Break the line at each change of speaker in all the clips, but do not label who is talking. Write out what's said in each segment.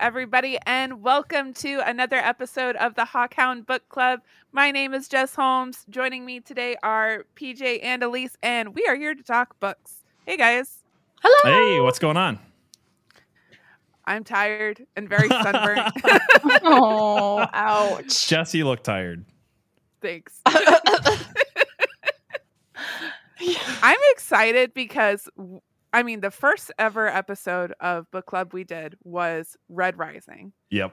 everybody, and welcome to another episode of the Hawkhound Book Club. My name is Jess Holmes. Joining me today are PJ and Elise, and we are here to talk books. Hey, guys.
Hello.
Hey, what's going on?
I'm tired and very sunburnt.
oh, ouch.
Jess, you look tired.
Thanks. I'm excited because I mean the first ever episode of book club we did was Red Rising,
Yep.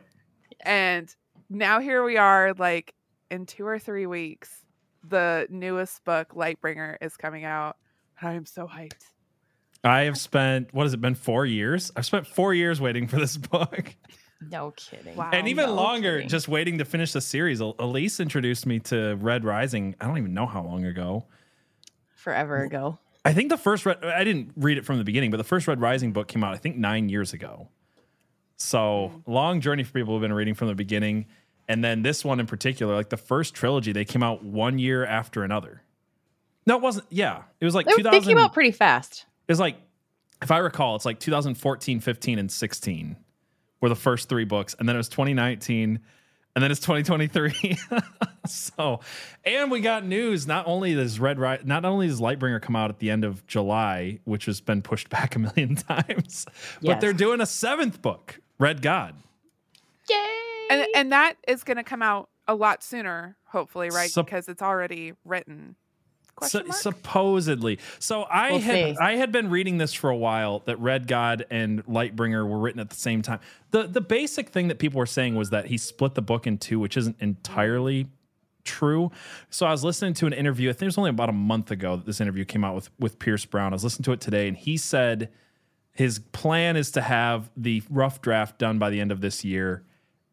and now here we are. Like in two or three weeks, the newest book Lightbringer is coming out, and I am so hyped.
I have spent what has it been four years? I've spent four years waiting for this book,
No kidding.
Wow.
and even
no
longer
kidding.
just waiting to finish the series. El- Elise introduced me to Red Rising. I don't even know how long ago.
Forever ago.
I think the first Red. I didn't read it from the beginning, but the first Red Rising book came out I think nine years ago. So
Hmm.
long journey for people who've been reading from the beginning, and then this one in particular, like the first trilogy, they came out one year after another. No, it wasn't. Yeah, it was like
They,
2000.
they came out pretty fast.
it's like if i recall it's like 2014 15 and 16 were the first three books and then it was 2019 and then it's 2023 so and we got news not only does red Ri- not only does lightbringer come out at the end of july which has been pushed back a million times but
Yes.
they're doing a seventh book red god
Yay.
And and that is going to come out a lot sooner, hopefully, right?
Sup-
because it's already written. Question
Su-
mark?
supposedly. So I
We'll
had
see.
I had been reading this for a while that Red God and Lightbringer were written at the same time. The the basic thing that people were saying was that he split the book in two, which isn't entirely true. So I was listening to an interview. I think it was only about a month ago that this interview came out with with Pierce Brown. I was listening to it today and he said his plan is to have the rough draft done by the end of this year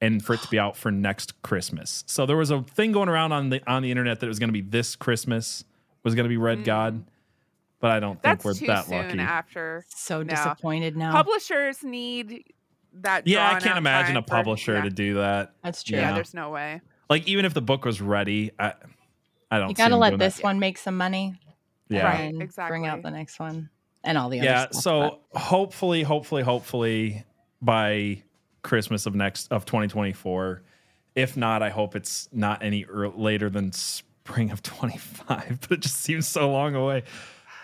and for it to be out for next Christmas. So there was a thing going around on the on the internet that it was going to be this Christmas was going to be Red God, but I don't
Hmm. That's
think
too
we're that
soon
lucky.
after.
so
No.
disappointed now.
Publishers need that.
yeah, I
drawn
can't
out
imagine a
time for-
publisher
yeah.
to do that.
That's true.
Yeah.
Yeah.
there's no way.
Like even if the book was ready, I I don't.
You
see
got to
them
let
doing that.
this one make some money.
Yeah.
Right,
and Bring
exactly.
out the next one and all the
yeah
other stuff,
so hopefully hopefully hopefully by christmas of next of 2024 if not i hope it's not any ear later than spring of 25 but it just seems so long away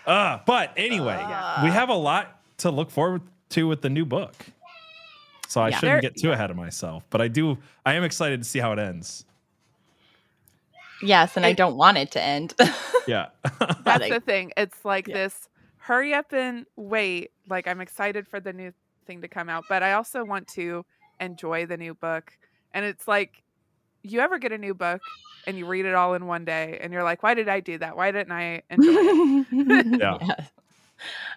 uh but anyway
Uh,
we have a lot to look forward to with the new book so i
Yeah.
shouldn't
There-
get too ahead of myself but i do i am excited to see how it ends
but- Yes, and I
It-
don't want it to end.
yeah
That's
Like-
the thing. It's like
Yeah.
this hurry up and wait. Like I'm excited for the new thing to come out, but I also want to enjoy the new book. And it's like you ever get a new book and you read it all in one day and you're like, why did I do that? Why didn't I enjoy it?
yeah.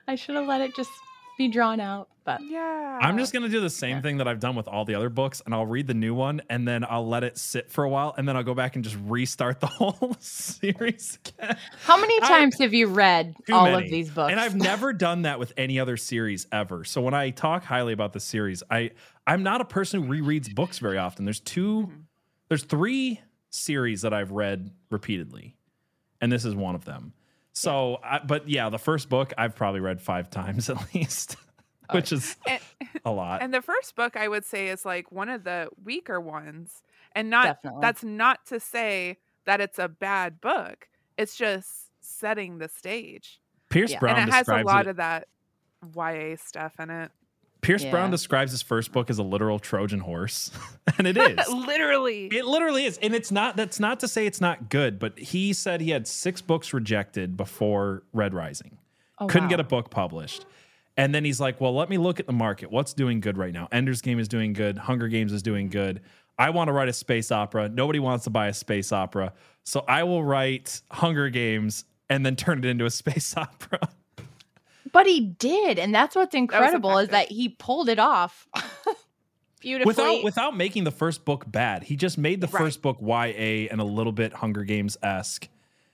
I should have let it just be drawn out, but
yeah.
I'm just gonna do the same
Oh. Yeah.
thing that I've done with all the other books, and I'll read the new one, and then I'll let it sit for a while, and then I'll go back and just restart the whole series again.
how many
I-
times have you read
Too
all
many.
of these books?
And I've never done that with any other series ever. So when I talk highly about the series, I I'm not a person who rereads books very often. There's 2
Mm-hmm.
Mhm.
there's three series that I've read repeatedly, and this is one of them. So, I, but yeah, the first book I've probably read five times at least,
Oh,
which is
And-
a lot.
And the first book I would say is like one of the weaker ones. And not
Definitely.
that's not to say that it's a bad book. It's just setting the stage.
Pierce
Yeah. And
Brown
and it has a
describes
lot
it
of that YA stuff in it.
Pierce Brown
Yeah.
describes his first book as a literal Trojan horse, and it is.
Literally.
it literally is, and it's not. That's not to say it's not good, but he said he had six books rejected before Red Rising,
Oh,
couldn't
wow.
get a book published, and then he's like, "Well, let me look at the market. What's doing good right now? Ender's Game is doing good. Hunger Games is doing good. I want to write a space opera. Nobody wants to buy a space opera, so I will write Hunger Games and then turn it into a space opera."
But he did, and that's what's incredible is that
effective.
he pulled it off beautifully.
without without making the first book bad. He just made the
Right.
first book YA and a little bit Hunger Games esque.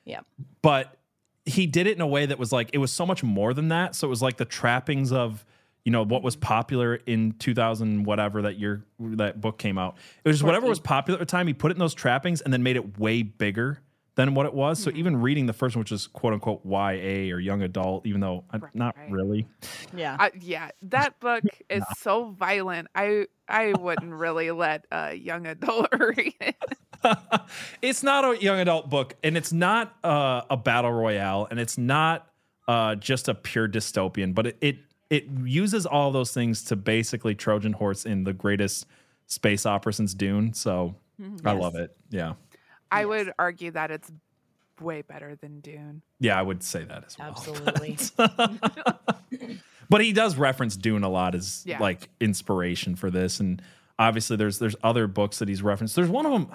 Yeah.
But he did it in a way that was like it was so much more than that. So it was like the trappings of you know what was popular in 2000 whatever that year that book came out. It was just whatever was popular at the time. He put it in those trappings and then made it way bigger than what it was. So
Mhm.
even reading the first one, which is quote unquote YA or young adult, even though I,
Right,
not
right.
really.
Yeah.
I, yeah, that book is so violent. I I wouldn't really let a young adult read it.
it's not a young adult book, and it's not uh, a battle royale, and it's not uh, just a pure dystopian, but it, it it uses all those things to basically Trojan horse in the greatest space opera since Dune. So I
Yes.
love it. Yeah,
I
Yes.
would argue that it's way better than Dune.
yeah, I would say that as well.
Absolutely.
but he does reference Dune a lot as
Yeah.
like inspiration for this, and obviously there's there's other books that he's referenced. There's one of them.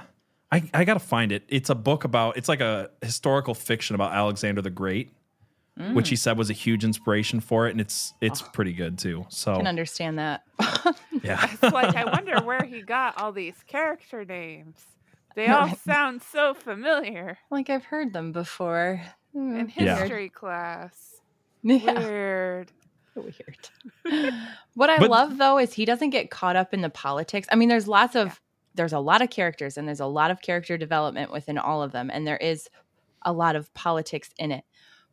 I, I gotta find it. It's a book about it's like a historical fiction about Alexander the Great,
Mm.
which
Mm.
he said was a huge inspiration for it, and it's it's pretty good too. So
Can understand that.
yeah,
It's like I wonder where he got all these character names. They all
Right.
sound so familiar
like I've heard them before. Hmm,
in
Yeah.
history class.
Yeah.
Weird.
Weird. what I
But-
love though is he doesn't get caught up in the politics. I mean, there's lots of there's a lot of characters and there's a lot of character development within all of them and there is a lot of politics in it.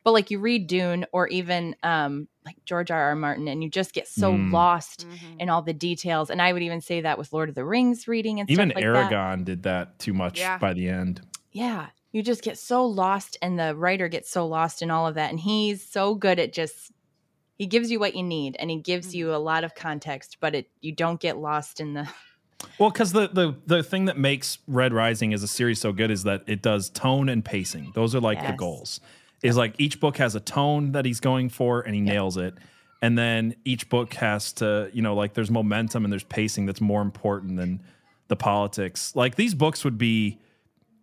But like you read Dune or even um like George R. R. Martin and you just get so
Mm.
lost
Mhm.
in all the details. And I would even say that with Lord of the Rings reading and
even
stuff like that.
Aragon did that too much
Yeah.
by the end.
yeah you just get so lost and the writer gets so lost in all of that and he's so good at just he gives you what you need and he gives
Mm-hmm.
you a lot of context but it you don't get lost in the
Well, because the, the the thing that makes Red Rising as a series so good is that it does tone and pacing. Those are like the
Yes.
goals. Is like each book has a tone that he's going for and he nails it. And then each book has to, you know, like there's momentum and there's pacing that's more important than the politics. Like these books would be,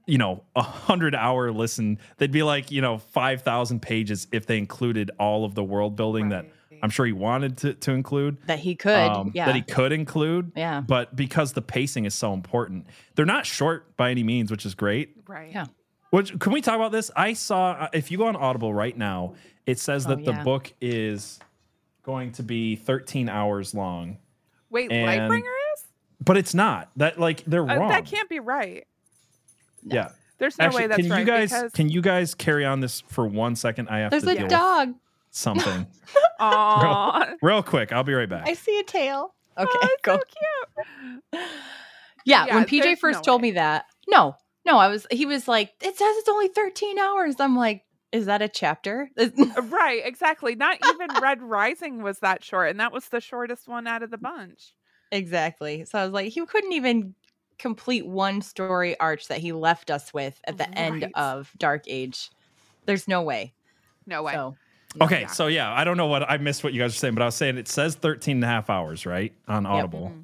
you know, a hundred hour listen. They'd be like, you know, five thousand pages if they included all of the world building that
Right.
I'm sure he wanted to, to include.
that he could
um,
yeah
That he could include
yeah
but because the pacing is so important, they're not short by any means, which is great.
right.
Yeah.
Which can we talk about this? I saw uh, if you go on Audible right now, it says
Oh,
that the
yeah.
book is going to be 13 hours long,
Wait,
And-
Lightbringer is?
but it's not. That like they're
Uh,
wrong.
that can't be right.
yeah.
There's no
Actually,
way that's
can
right.
you guys
because
can you guys carry on this for one second? I have
there's
to
a
deal with
dog
something
Aw,
real quick. I'll be right back.
see a tail okay
Oh, it's
go
so cute.
yeah,
Yeah,
when pj
there's
first
no
told
way.
me that no no i was he was like it says it's only 13 hours i'm like is that a chapter
Uh, Right, exactly. Not even Red Rising was that short, and that was the shortest one out of the bunch.
Exactly. So I was like, he couldn't even complete one story arch that he left us with at the end
Right.
of Dark Age. There's no way.
No way.
So
Okay,
Yeah.
so yeah, I don't know what I missed what you guys were saying, but I was saying it says 13 and a half hours, right? On Audible.
Mm-hmm.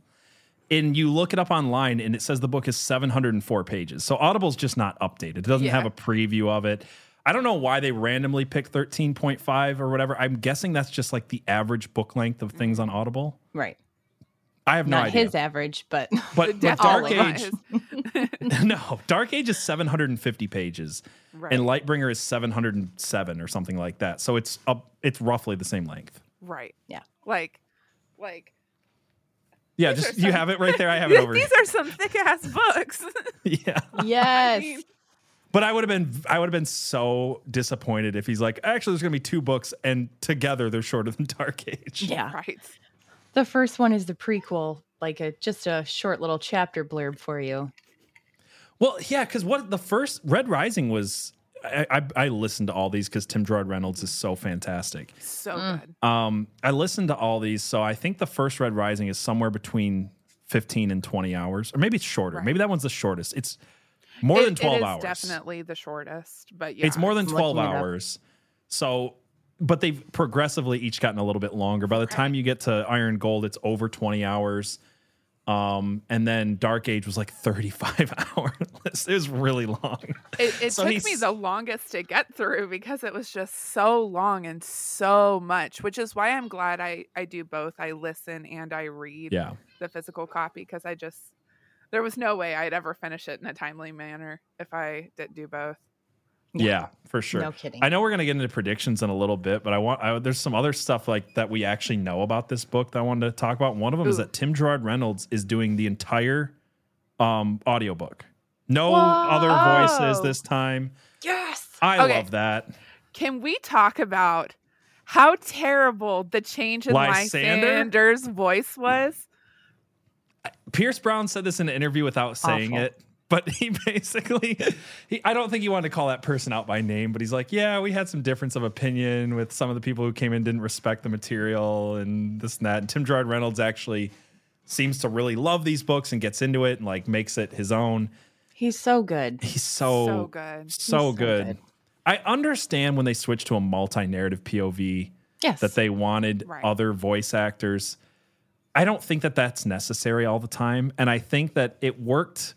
And you look it up online and it says the book is 704 pages. So Audible's just not updated. It doesn't
Yeah.
have a preview of it. I don't know why they randomly picked 13.5 or whatever. I'm guessing that's just like the average book length of things
Mm-hmm.
on Audible.
right,
I have no
not
idea.
his average, but
but, but Dark
Definitely not
Age,
his-
no, Dark Age is 750 pages
Right.
and Lightbringer is 707 or something like that. So it's up, it's roughly the same length.
right.
Yeah.
Like, like.
Yeah,
These
just
are
you
some-
have it right there. I have it over.
These are some thick ass books.
yeah,
I
yes,
mean,
but I would have been I would have been so disappointed if he's like, actually, there's gonna be two books, and together they're shorter than Dark Age.
yeah.
right.
The first one is the prequel, like a just a short little chapter blurb for you.
Well, yeah, because what the first Red Rising was. I, I, I listened to all these because Tim Gerard Reynolds is so fantastic.
So
Mm.
good.
Um, I listened to all these, so I think the first Red Rising is somewhere between fifteen and twenty hours, or maybe it's shorter.
Right.
Maybe that one's the shortest. It's more
It-
than twelve
it is
hours.
Definitely the shortest, but yeah,
It's more than
I'm
12
looking it up.
hours. So, but they've progressively each gotten a little bit longer. By the time you get to Iron Gold, it's over 20 hours. Um, and then Dark Age was like 35 hours. it was really long.
It, it
So
took
he's-
me the longest to get through because it was just so long and so much, which is why I'm glad I I do both. I listen and I read
Yeah.
the physical copy because I just there was no way I'd ever finish it in a timely manner if I did do both.
Yeah,
Yeah.
for sure.
No kidding.
I know we're gonna get into predictions in a little bit, but I want I, there's some other stuff like that we actually know about this book that I wanted to talk about. One of them is
Ooh.
that Tim Gerard Reynolds is doing the entire um audiobook. No other voices
Whoa.
this time. I
Okay.
love that.
Can we talk about how terrible the change in
Lysander?
Lysander's voice was?
Pierce Brown said this in an interview without saying
Awful.
it, but he basically, he, I don't think he wanted to call that person out by name, but he's like, yeah, we had some difference of opinion with some of the people who came in didn't respect the material and this and that. And Tim Gerard Reynolds actually seems to really love these books and gets into it and like makes it his own.
He's so good.
He's so
so good.
so
He's so
good.
good.
I understand when they switched to a multi-narrative POV
Yes.
that they wanted
Right.
other voice actors. I don't think that that's necessary all the time, and I think that it worked.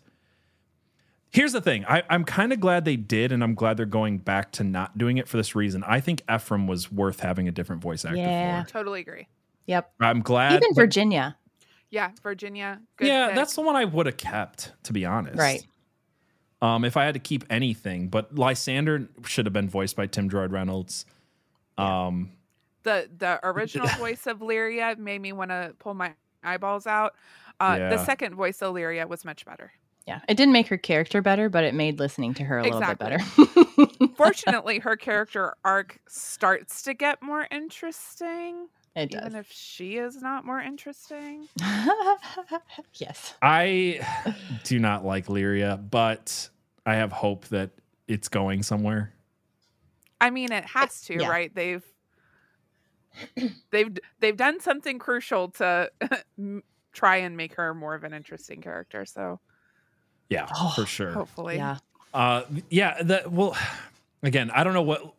Here's the thing: I, I'm kind of glad they did, and I'm glad they're going back to not doing it for this reason. I think Ephraim was worth having a different voice actor
Yeah.
Totally agree.
yep.
for. I'm glad.
Even
but-
Virginia.
Yeah, Virginia. Good
yeah,
pick.
that's the one I would have kept, to be honest.
Right.
Um, if I had to keep anything, but Lysander should have been voiced by Tim Gerard Reynolds. Um,
the the original voice of Lyria made me want to pull my eyeballs out. Uh, The
Yeah.
second voice of Lyria was much better.
Yeah. It didn't make her character better, but it made listening to her a little bit better.
Fortunately, her character arc starts to get more interesting,
it
even
does.
if she is not more interesting.
yes.
I do not like Lyria, but I have hope that it's going somewhere.
I mean, it has to,
yeah.
right? They've they've they've done something crucial to m- try and make her more of an interesting character. So
Yeah,
Oh,
for sure.
hopefully,
Yeah.
Uh, yeah, that well, again, I don't know what.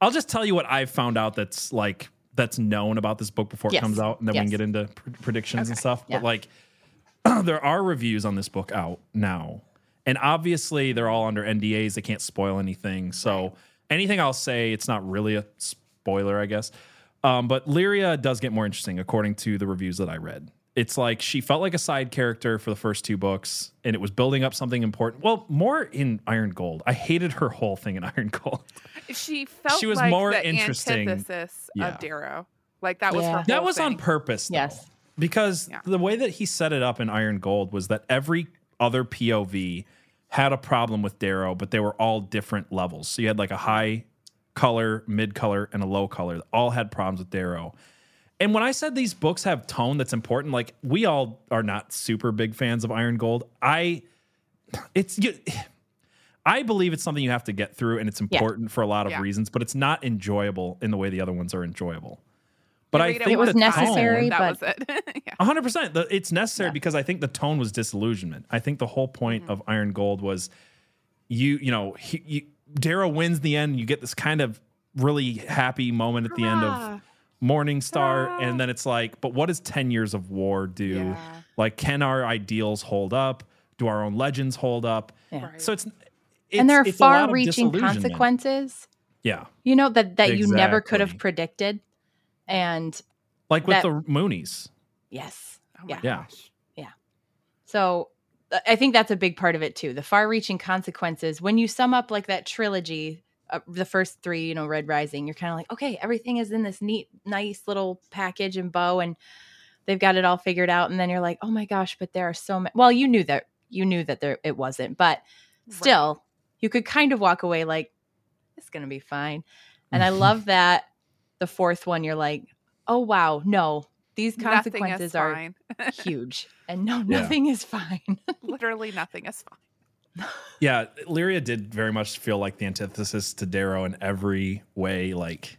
I'll just tell you what I've found out that's like that's known about this book before it
Yes.
comes out, Oh, and then we can
Yes.
get into pr- predictions and
Okay.
stuff.
Yeah.
But like, there are reviews on this book out now, and obviously they're all under NDAs. They can't spoil anything, so anything I'll say, it's not really a spoiler, I guess. Um, but Lyria does get more interesting according to the reviews that I read. It's like she felt like a side character for the first two books, and it was building up something important. Well, more in Iron Gold. I hated her whole thing in Iron Gold.
she felt
was
like
more
the
interesting.
antithesis
Yeah.
of Darrow. Like that was
Yeah.
her.
That
whole
was on
thing.
purpose, though,
Yes.
because
Yeah.
the way that he set it up in Iron Gold was that every other POV had a problem with Darrow, but they were all different levels. So you had like a high color, mid color, and a low color that all had problems with Darrow. And when I said these books have tone that's important, like we all are not super big fans of Iron Gold. I, it's you. I believe it's something you have to get through, and it's important for a lot of
Yeah.
reasons. But it's not enjoyable in the way the other ones are enjoyable. But I
read
think
It was
the tone-
necessary,
That was
but-
it. yeah.
a hundred percent. The- It's necessary
Yeah. Mm-hmm.
because I think the tone was disillusionment. I think the whole point
Mhm.
of Iron Gold was you, you know, he, you, Darrow wins the end. You get this kind of really happy moment at the end of Morning Star,
Hurrah!
and then it's like, but what does ten years of war do? Like, can our ideals hold up? Do our own legends hold up?
Yeah.
Right.
So it's, it's
and there are
it's a lot of
far-reaching
disillusionment.
consequences,
Yeah,
you know, that that you never could have
Exactly.
predicted. And
like with
That-
the Moonies.
yes.
Oh my
Yeah.
gosh.
So th- I think that's a big part of it too. The far-reaching consequences. When you sum up like that trilogy, uh, the first three, you know, Red Rising, you're kind of like, okay, everything is in this neat, nice little package and bow, and they've got it all figured out. And then you're like, oh my gosh, but there are so many. Well, you knew that you knew that there it wasn't, but
Right.
still, you could kind of walk away like, it's gonna be fine. And
Mm-hmm.
I love that the fourth one, you're like, oh wow, no, these
Nothing is
consequences are
fine.
huge and no
Yeah.
nothing is fine
literally nothing is fine.
Yeah, Lyria did very much feel like the antithesis to Darrow in every way. Like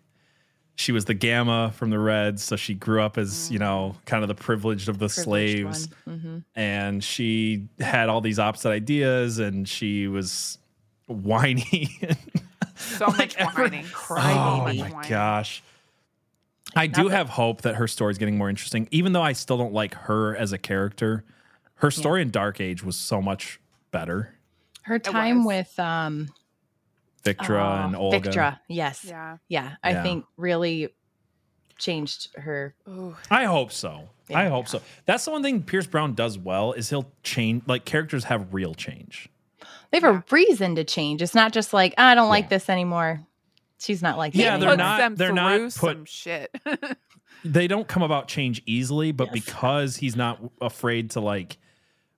she was the gamma from the Reds, so she grew up as, you know, kind of the privileged of the slaves.
hmm
And she had all these opposite ideas and she was whiny.
So much whining. So
Oh
much
my
whining.
gosh. I do
Not that-
have hope that her story's getting more interesting, even though I still don't like her as a character. Her story in Dark Age was so much better.
her time
was.
with um
Victra
oh,
and Olga.
Victra, yes yeah,
Yeah.
i
Yeah.
think really changed her
Ooh.
I hope so. I
Yeah.
hope so. That's the one thing Pierce Brown does well is he'll change like characters have real change.
they have
Yeah.
a reason to change it's not just like "Ah, i don't like
Yeah.
this anymore she's not like
Yeah,
that
they're
puts
anymore.
not-
Them
they're not
through
put-
some shit.
They don't come about change easily, but
Yes.
because he's not afraid to like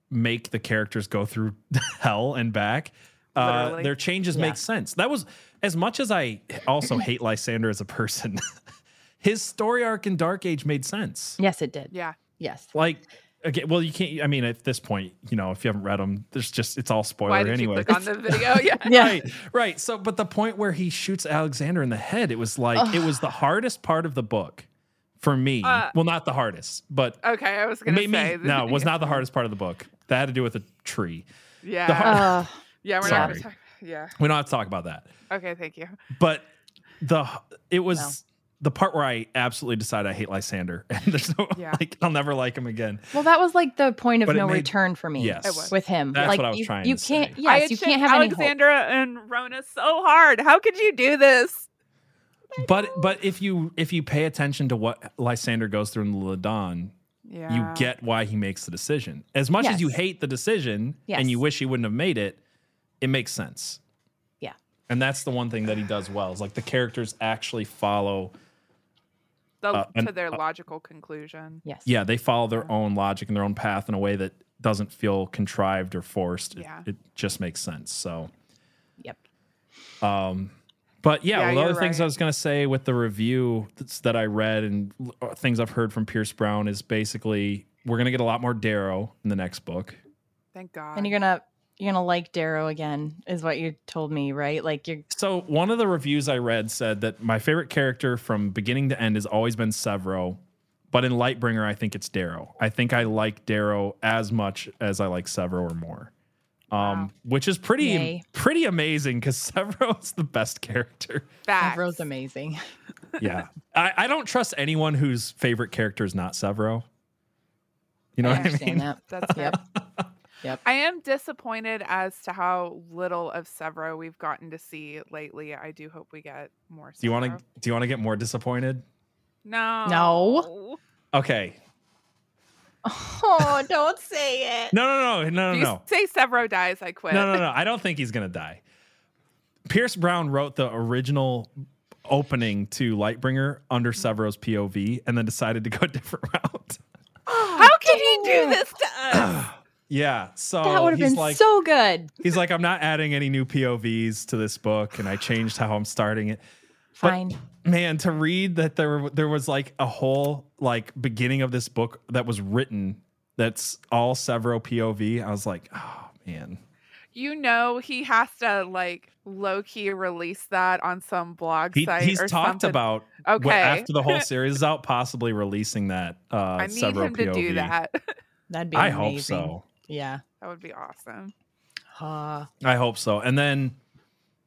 make the characters go through hell and back, Uh,
Literally.
their changes
Yeah.
make sense. That was as much as I also hate Lysander as a person. his story arc in Dark Age made sense.
Yes, it did.
Yeah.
Yes.
Like, okay, well, you can't. I mean, at this point, you know, if you haven't read them, there's just it's all spoiler
Why did
anyway.
you click on the video? Yeah.
Yeah.
Right, right. So, but the point where he shoots Alexander in the head, it was like it was the hardest part of the book for me.
Uh,
well, not the hardest, but
Okay, I was gonna
maybe
say the-
no, it was not the hardest part of the book. That had to do with a tree.
Yeah.
hard-
Uh,
yeah, we're not gonna
Sorry.
talk. Yeah.
We don't have to talk about that.
Okay, thank you.
But the it was
No.
the part where I absolutely decided I hate Lysander, and there's no
Yeah.
like I'll never like him again.
well, that was like the point of
But it
no
made-
return for me.
Yes,
It was.
With him,
That's
like
what I was
you,
trying
you
to
can't.
I
say.
Yes,
had
you
shamed
can't have any hope.
Alexandra and Rona so hard. How could you do this?
But but if you if you pay attention to what Lysander goes through in Ladon,
Yeah.
you get why he makes the decision. As much as you
Yes.
hate the decision
Yes.
and you wish he wouldn't have made it, it makes sense.
Yeah.
And that's the one thing that he does well is like the characters actually follow.
the,
uh, an-
to their logical conclusion.
Yes.
Yeah, they follow their own logic and their own path in a way that doesn't feel contrived or forced. It-
Yeah.
It, just makes sense. So,
Yep.
um, but
Yeah,
yeah, well, the
you're
other things I
right.
was going to say with the review that's, that I read and uh, things I've heard from Pierce Brown is basically we're going to get a lot more Darrow in the next book.
Thank God.
And you're gonna you're gonna like Darrow again, is what you told me, right? Like you're
So one of the reviews I read said that my favorite character from beginning to end has always been Severo, but in Lightbringer I think it's Darrow. I think I like Darrow as much as I like Severo or more. Um,
Wow.
which is pretty
Yay.
pretty amazing because Severo's the best character.
Facts.
Darrow's amazing.
Yeah, I, I don't trust anyone whose favorite character is not Severo. You know
I
what I
understand
mean?
that.
That's fair.
Yep. Yep.
I am disappointed as to how little of Severo we've gotten to see lately. I do hope we get more.
Do you want
Severo.
to do you want to get more disappointed?
No.
No.
Okay.
Oh, don't say it.
No, no, no, no,
If
no,
you
no.
say Severo dies, I quit.
No, no, no. I don't think he's gonna die. Pierce Brown wrote the original opening to Lightbringer under Severo's POV, and then decided to go a different route.
How can you do this to us?
Yeah, so
That would have
Oh, he's
been
like,
so good.
He's like, I'm not adding any new POVs to this book, and I changed how I'm starting it. But-
Fine.
Man, to read that there there was like a whole like beginning of this book that was written that's all Severo POV. I was like, oh man.
You know he has to like low key release that on some blog
He,
site.
he's
or
talked
something.
about
Okay.
well, after the whole series is out, possibly releasing that. Uh,
I need
Severo
him to do
POV.
that.
That'd be
I
amazing.
hope so.
Yeah.
that would be awesome.
Uh,
I hope so. And then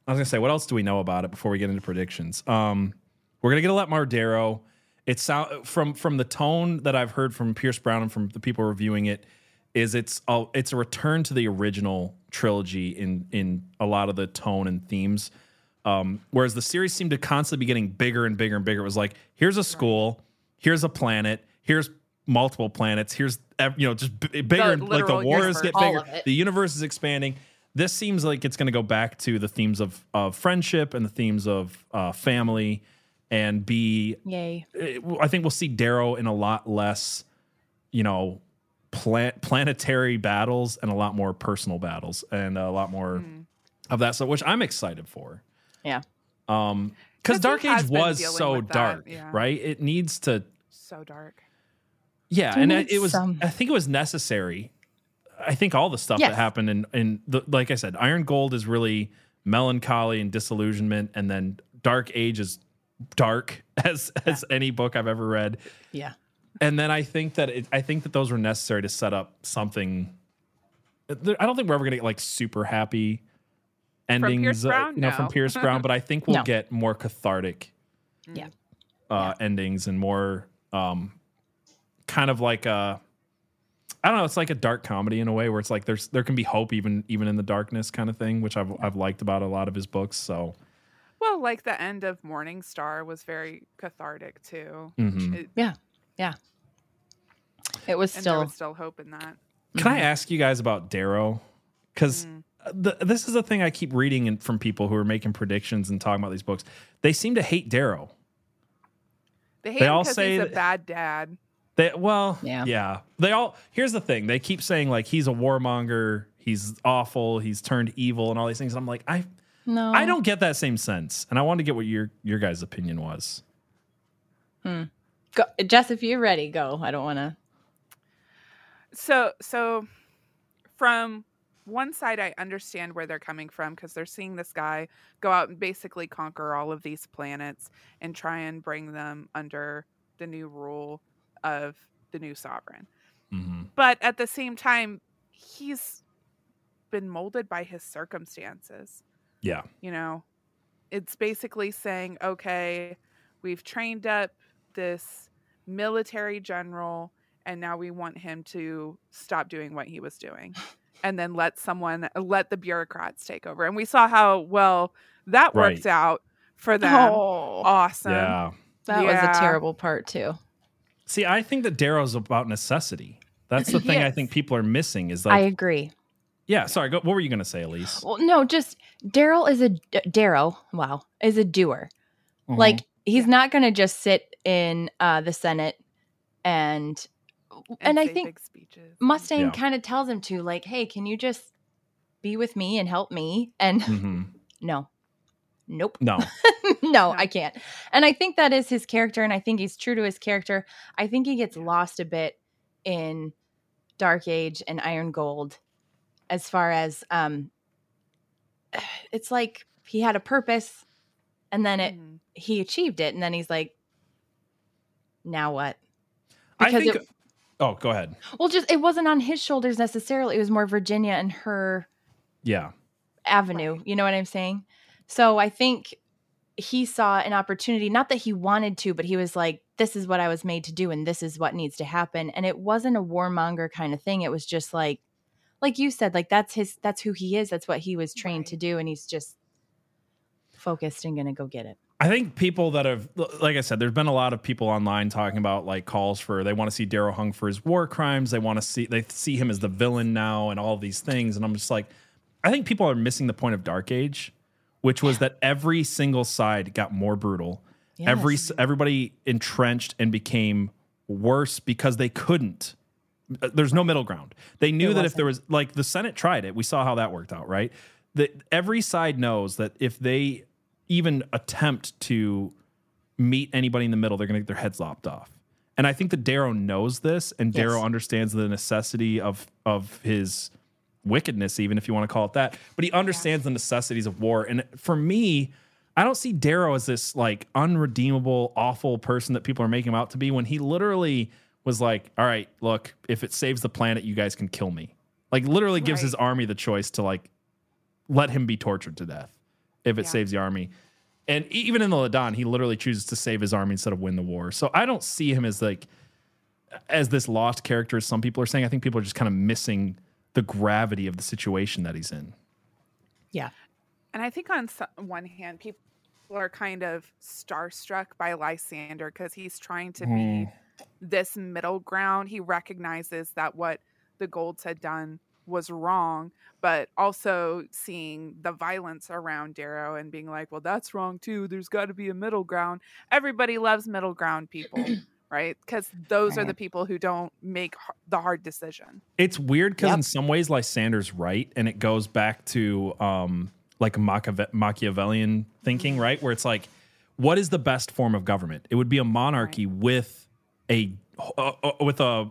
I was gonna say, what else do we know about it before we get into predictions? Um, we're gonna get a lot more Darrow. It sound from from the tone that I've heard from Pierce Brown and from the people reviewing it is it's a, it's a return to the original trilogy in in a lot of the tone and themes. Um, whereas the series seemed to constantly be getting bigger and bigger and bigger. It was like here's a school, here's a planet, here's multiple planets, here's ev- you know just b- bigger. and like the
literal
wars get
universe.
All
bigger,
of it.
the universe is expanding. This seems like it's going to go back to the themes of of friendship and the themes of uh, family, and be
yay.
it- I think we'll see Darrow in a lot less, you know, pla- planetary battles and a lot more personal battles and a lot more
Mm.
of that stuff, which I'm excited for.
Yeah.
Um, because
Because
Dark
he
Age
has been
was
dealing
so
with that,
dark,
yeah.
right? It needs to,
So dark.
yeah,
There
and
needs
it was.
some-
I think it was necessary. I think all the stuff
Yes.
that happened in in the, like I said, Iron Gold is really melancholy and disillusionment, and then Dark Age is dark as as any book I've ever read
Yeah.
and then I think that it, I think that those were necessary to set up something. I don't think we're ever gonna get like super happy endings,
Pierce
uh,
Brown?
you know, from
No.
Pierce Brown. But I think we'll
No.
get more cathartic,
Mm.
Yeah.
uh, endings and more, um, kind of like a, I don't know, it's like a dark comedy in a way where it's like there's there can be hope even even in the darkness kind of thing, which I've I've liked about a lot of his books. So
Well, like the end of Morning Star was very cathartic too.
mhm.
It-
It was
and there
still
was still hope in that.
Can
Mm-hmm.
I ask you guys about Darrow? Because
Mm.
the, this is the thing I keep reading in, from people who are making predictions and talking about these books. They seem to hate Darrow.
They hate
They
him
all
'cause
say
he's a
that-
bad dad.
They well, yeah.
Yeah.
They all here's the thing. They keep saying like he's a warmonger. he's awful, he's turned evil, and all these things. And I'm like, I
No,
I don't get that same sense, and I wanted to get what your your guys' opinion was.
Go, Jess, if you're ready, go. I don't want to.
so so from one side i understand where they're coming from because they're seeing this guy go out and basically conquer all of these planets and try and bring them under the new rule of the new sovereign
hmm
but at the same time he's been molded by his circumstances
Yeah,
you know it's basically saying okay we've trained up this military general and now we want him to stop doing what he was doing and then let someone let the bureaucrats take over and we saw how well that worked
Right.
out for them
Oh,
awesome
yeah.
that was
Yeah.
a terrible part too.
See, I think that Darrow's about necessity. That's the thing I
Yes.
think people are missing is
I
like,
agree.
yeah. Sorry, go, what were you gonna say, Elise?
Well, no, just Daryl is a Daryl. Wow, is a doer.
Mm-hmm.
Like he's
Yeah.
not going to just sit in uh, the Senate and and, I
say
think
big speeches
Mustang
Yeah.
kind of tells him to like, hey, can you just be with me and help me? And
Mhm. Mhm.
no, nope,
no,
no, I can't. And I think that is his character, and I think he's true to his character. I think he gets lost a bit in Dark Age and Iron Gold, as far as um, it's like he had a purpose, and then
Mm.
it
Mhm.
he achieved it, and then he's like, now what?
I
Because
think.
it-
oh, go ahead.
Well, just it wasn't on his shoulders necessarily. It was more Virginia and her
Yeah,
avenue.
Right.
You know what I'm saying? So I think he saw an opportunity, not that he wanted to, but he was like, this is what I was made to do and this is what needs to happen. And it wasn't a warmonger kind of thing. It was just like, like you said, like that's his, that's who he is. That's what he was trained to
Right.
do. And he's just focused and going to go get it.
I think people that have, like I said, there's been a lot of people online talking about like calls for they want to see Daryl hung for his war crimes. They want to see they see him as the villain now and all these things. And I'm just like, I think people are missing the point of Dark Age, which was that every single side got more brutal. Every
Yes.
s- everybody entrenched and became worse because they couldn't. Uh, There's no middle ground. They knew
There
that if there was like the Senate tried it, we saw how that worked out, right? That every side knows that if they even attempt to meet anybody in the middle, they're going to get their heads lopped off. And I think that Darrow knows this, and
Yes.
Darrow understands the necessity of of his wickedness, even if you want to call it that. But he understands the necessities of war. And for me, I don't see Darrow as this like unredeemable, awful person that people are making him out to be when he literally was like, All right, look, if it saves the planet, you guys can kill me. Like literally gives
Right.
his army the choice to like let him be tortured to death if it
Yeah.
saves the army. And e- even in the Ladan, he literally chooses to save his army instead of win the war. So I don't see him as like as this lost character as some people are saying. I think people are just kind of missing the gravity of the situation that he's in.
And I think on so- one hand, people are kind of starstruck by Lysander because he's trying to be this middle ground. He recognizes that what the Golds had done was wrong, but also seeing the violence around Darrow and being like, well, that's wrong too. There's got to be a middle ground. Everybody loves middle ground people, right? Because those are
Right.
the people who don't make h- the hard decision.
It's weird because
Yep.
in some ways Lysander's right, and it goes back to um, like Machiave- Machiavellian thinking, right? Where it's like, what is the best form of government? It would be a monarchy with a uh, uh, with a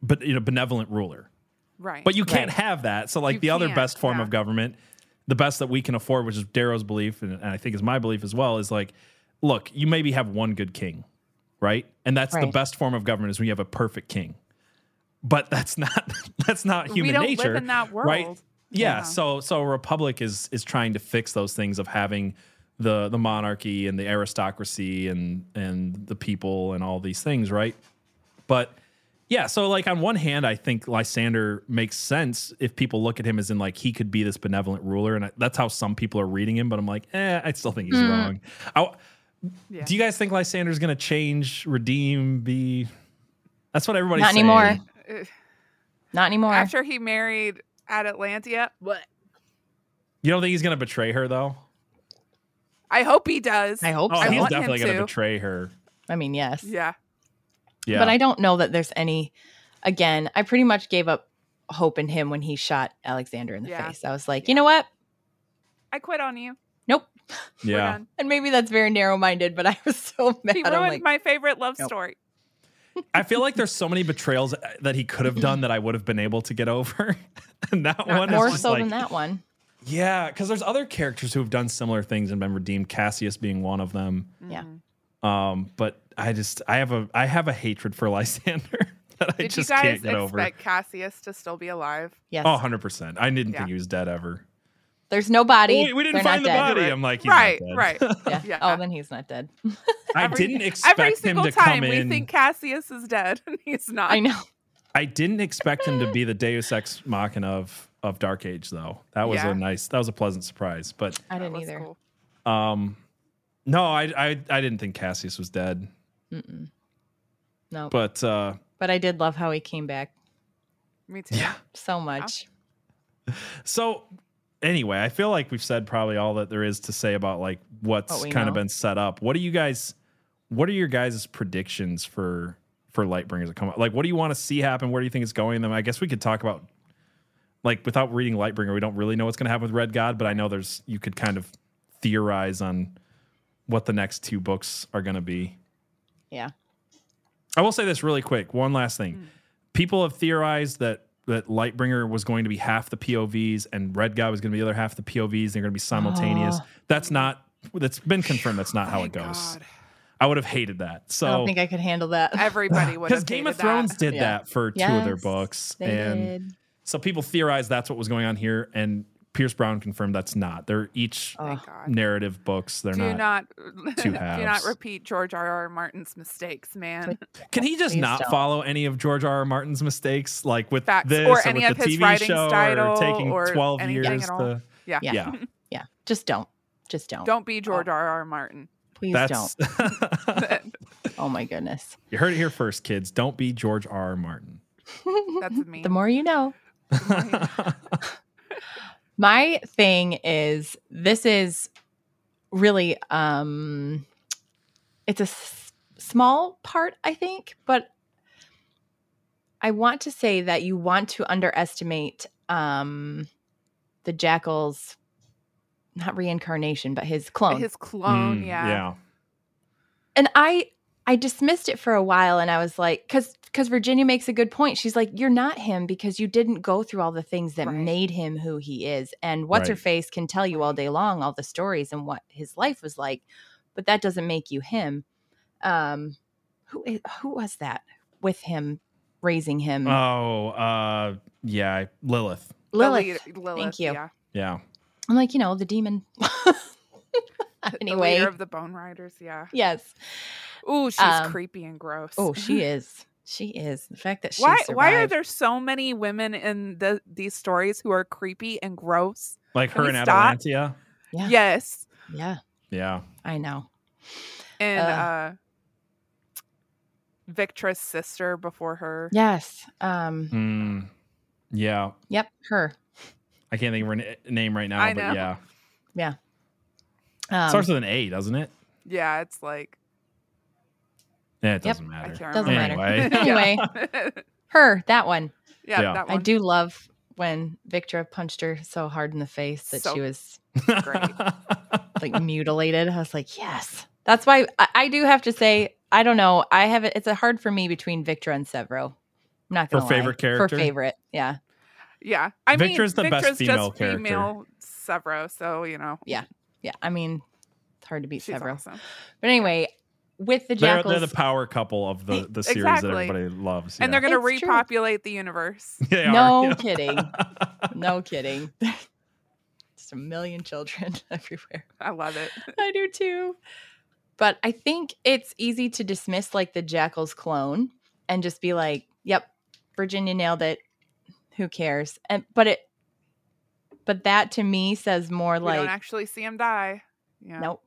but you know benevolent ruler,
Right.
but you can't
Right.
have that. So like
You
the other
can't,
best form
yeah.
of government, the best that we can afford, which is Darrow's belief, and, and I think is my belief as well, is like, look, you maybe have one good king, right? And that's the
Right.
best form of government is when you have a perfect king. But that's not that's not human
we don't
nature.
live in that world.
right? Yeah,
Yeah.
So so a republic is is trying to fix those things of having the the monarchy and the aristocracy and and the people and all these things, right? But yeah, so like on one hand, I think Lysander makes sense if people look at him as in like he could be this benevolent ruler, and I, that's how some people are reading him. But I'm like, eh, I still think he's
Hmm.
wrong. I,
Yeah.
Do you guys think Lysander's going to change, redeem, be? That's what everybody's
Not
saying.
anymore.
Uh,
Not anymore.
After he married Atlantia, what?
You don't think he's going to betray her though?
I hope he does.
I hope
Oh,
so.
I
he's
want him
definitely going
to.
to betray her.
I mean, yes.
Yeah.
Yeah.
But I don't know that there's any. Again, I pretty much gave up hope in him when he shot Alexander in the
Yeah.
face. I was like, you know what?
I quit on you.
Nope.
We're
Yeah.
done.
And maybe that's very narrow minded, but I was so mad.
He
I'm
ruined
like,
my favorite love
Nope.
story.
I feel like there's so many betrayals that he could have done that I would have been able to get over. and that
Not
one
more
is just
so
like,
than that one.
Yeah, because there's other characters who have done similar things and been redeemed. Cassius being one of them.
Yeah.
Mhm.
Um, but I just I have a I have a hatred for Lysander that I
Did you
just
guys
can't get
expect
over.
Cassius to still be alive?
Yes.
Oh, 100 percent. I didn't think
Yeah.
he was dead ever.
There's no body.
Oh, wait, we didn't
They're not
find the
dead.
body.
Right.
I'm like, he's
right,
not dead.
right.
Yeah.
Yeah.
Oh, then he's not dead.
I
Every-
didn't expect
Every
him
single
to
time
come
we
in.
think Cassius is dead, and he's not.
I know.
I didn't expect him to be the Deus Ex Machina of of Dark Age though. That was
Yeah.
a nice. That was a pleasant surprise. But
I
That
didn't
was
either.
cool.
um, no, I I I didn't think Cassius was dead.
Mm-mm. No, but,
But uh,
I did love how he came back
Me too.
yeah.
so much.
So anyway, I feel like we've said probably all that there is to say about like what's
What we
kind
know.
of been set up. What do you guys what are your guys' predictions for for Lightbringers that come out? Like what do you want to see happen? Where do you think it's going? Then I guess we could talk about like without reading Lightbringer, we don't really know what's gonna happen with Red God, but I know there's you could kind of theorize on what the next two books are gonna be.
Yeah.
I will say this really quick. One last thing.
Mm.
People have theorized that that Lightbringer was going to be half the POVs and Red Guy was going to be the other half the POVs. They're going to be simultaneous.
Oh.
That's not. That's been confirmed. That's not how it
Thank
goes.
God.
I would have hated that.
I
So
don't think I could handle that.
Everybody would
because
have
Game of
hated that.
Thrones did
Yeah.
that for two of their
Yes,
books,
They
and
did.
so people theorize that's what was going on here. And Pierce Brown confirmed that's not. They're each
Oh,
Thank God.
narrative books. They're
do
not.
not,
two
do not
halves.
repeat George R. R. Martin's mistakes, man.
Can he just
Please
not
don't.
follow any of George R. R. Martin's mistakes, like with
Facts.
this
Or
or,
any
with
of
the
his
TV
writing
show,
style
or taking
or
twelve
anything at
years
all?
to?
Yeah.
Yeah. Oh.
yeah.
Yeah. Just don't. Just don't.
Don't be George R. R. Martin.
Please
That's
don't. Oh my goodness.
you heard it here first, kids. Don't be George R. R. Martin.
That's me.
the more you know. My thing is this is really um it's a s- small part I think, but I want to say that you want to underestimate um the jackal's not reincarnation but his clone.
His clone,
Mm,
yeah.
and I I dismissed it for a while and I was like cuz cuz Virginia makes a good point. She's like you're not him because you didn't go through all the things that
Right.
made him who he is. And what's her
Right.
face can tell you all day long all the stories and what his life was like, but that doesn't make you him. Um who i- who was that with him raising him?
Oh, uh, yeah. I- Lilith.
The
Lilith.
lead- Lilith,
you.
Yeah.
Yeah.
I'm like, you know, the demon.
The
anyway,
leader of the Bone Riders, yeah.
yes.
Ooh, she's
Um,
creepy and gross.
Oh, she is. She is. The fact that she
why? Why are
survived-
there so many women in the, these stories who are creepy and gross?
Like
Can
her
we
and
stop?
Atalantia.
Yeah.
Yes,
Yeah,
Yeah.
I know.
and
Uh.
uh, Victra's sister before her.
Yes. Um
Mm, yeah.
Yep, her.
I can't think of her n- name right now,
I
but
know.
yeah.
Um,
Starts with an A, doesn't it?
Yeah, it's like
Yeah, it
Yep.
doesn't
I
matter.
can't
Doesn't
remember.
matter.
Anyway.
Anyway,
yeah,
her, that one.
Yeah.
that
I
one.
do love when Victor punched her so hard in the face that
So-
she was
Great.
like mutilated. I was like, yes. That's why I, I do have to say, I don't know. I have it. It's a hard for me between Victor and Severo. I'm not
For
gonna lie.
favorite character?
For favorite, yeah.
Yeah, I
Victra's the
mean,
best
Victra's
female
just
character.
female Severo, so you know
Yeah. I mean, it's hard to beat
she's
Severo.
awesome.
But anyway, with the
they're,
jackals,
they're the power couple of the, the series that
Exactly.
everybody loves.
And they're
yeah.
going to
It's true.
repopulate the universe.
They are,
no
yeah.
kidding. No kidding. Just a million children everywhere.
I love it.
I do too. But I think it's easy to dismiss like the Jackal's clone and just be like, yep, Virginia nailed it. Who cares? And but it but that to me says more
we don't
like
actually see him die. Yeah.
nope.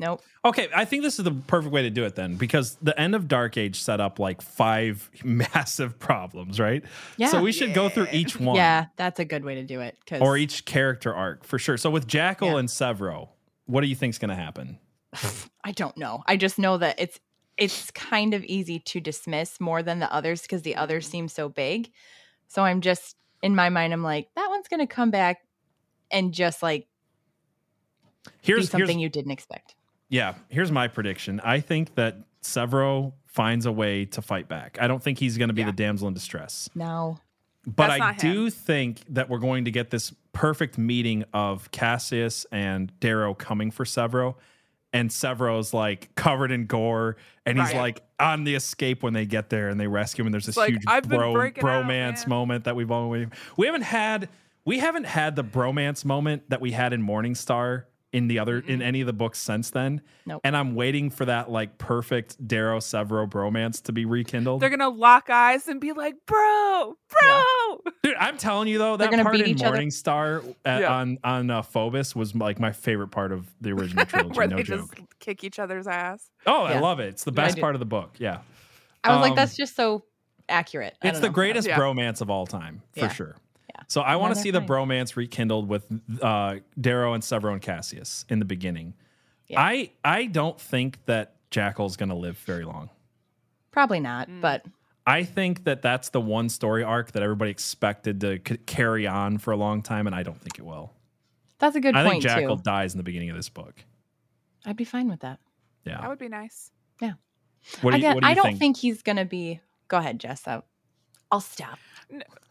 Nope.
Okay, I think this is the perfect way to do it then, because the end of Dark Age set up like five massive problems, right?
Yeah.
So we should go through
Yeah.
each one.
yeah, that's a good way to do it. 'cause-
Or each character arc for sure. So with Jackal
Yeah.
and Severo, what do you think's gonna happen?
I don't know. I just know that it's it's kind of easy to dismiss more than the others because the others
Mhm.
seem so big. So I'm just in my mind, I'm like, that one's going to come back and just like be
Here's here's
something you didn't expect.
Yeah, here's my prediction. I think that Severo finds a way to fight back. I don't think he's going to be
Yeah.
the damsel in distress.
No.
But
That's
I
not him.
do think that we're going to get this perfect meeting of Cassius and Darrow coming for Severo. And Severo's like covered in gore, and he's
Right.
like on the escape when they get there and they rescue him. And there's this
It's like,
huge
"I've been
bro,
breaking out,
bromance
man."
moment that we've all we haven't had we haven't had the bromance moment that we had in Morningstar in the other in any of the books since then.
Nope.
And I'm waiting for that like perfect Darrow Severo bromance to be rekindled.
They're gonna lock eyes and be like, "Bro, bro."
Dude, I'm telling you though,
They're
that
gonna
part
beat
in
each other.
Morningstar uh,
Yeah.
on on uh, Phobos was like my favorite part of the original trilogy.
Where
no
they
joke.
just kick each other's ass.
Oh, I
Yeah.
love it. It's the
Yeah, I
best
do.
part of the book. Yeah,
I was like,
Um,
that's just so accurate. I
it's
don't
the
know.
greatest
Yeah.
bromance of all time for
Yeah.
sure.
Yeah.
So I want to
Another
see the
thing.
bromance rekindled with uh, Darrow and Severo and Cassius in the beginning.
Yeah.
I I don't think that Jackal's going to live very long.
Probably not,
Mm.
but
I think that that's the one story arc that everybody expected to c- carry on for a long time, and I don't think it will.
that's a good
I think
point
Jackal
too.
dies in the beginning of this book.
I'd be fine with that.
Yeah.
That would be nice.
What do you,
Again,
what do you
I don't
think?
think? he's gonna be. Go ahead, Jess. I'll, I'll stop.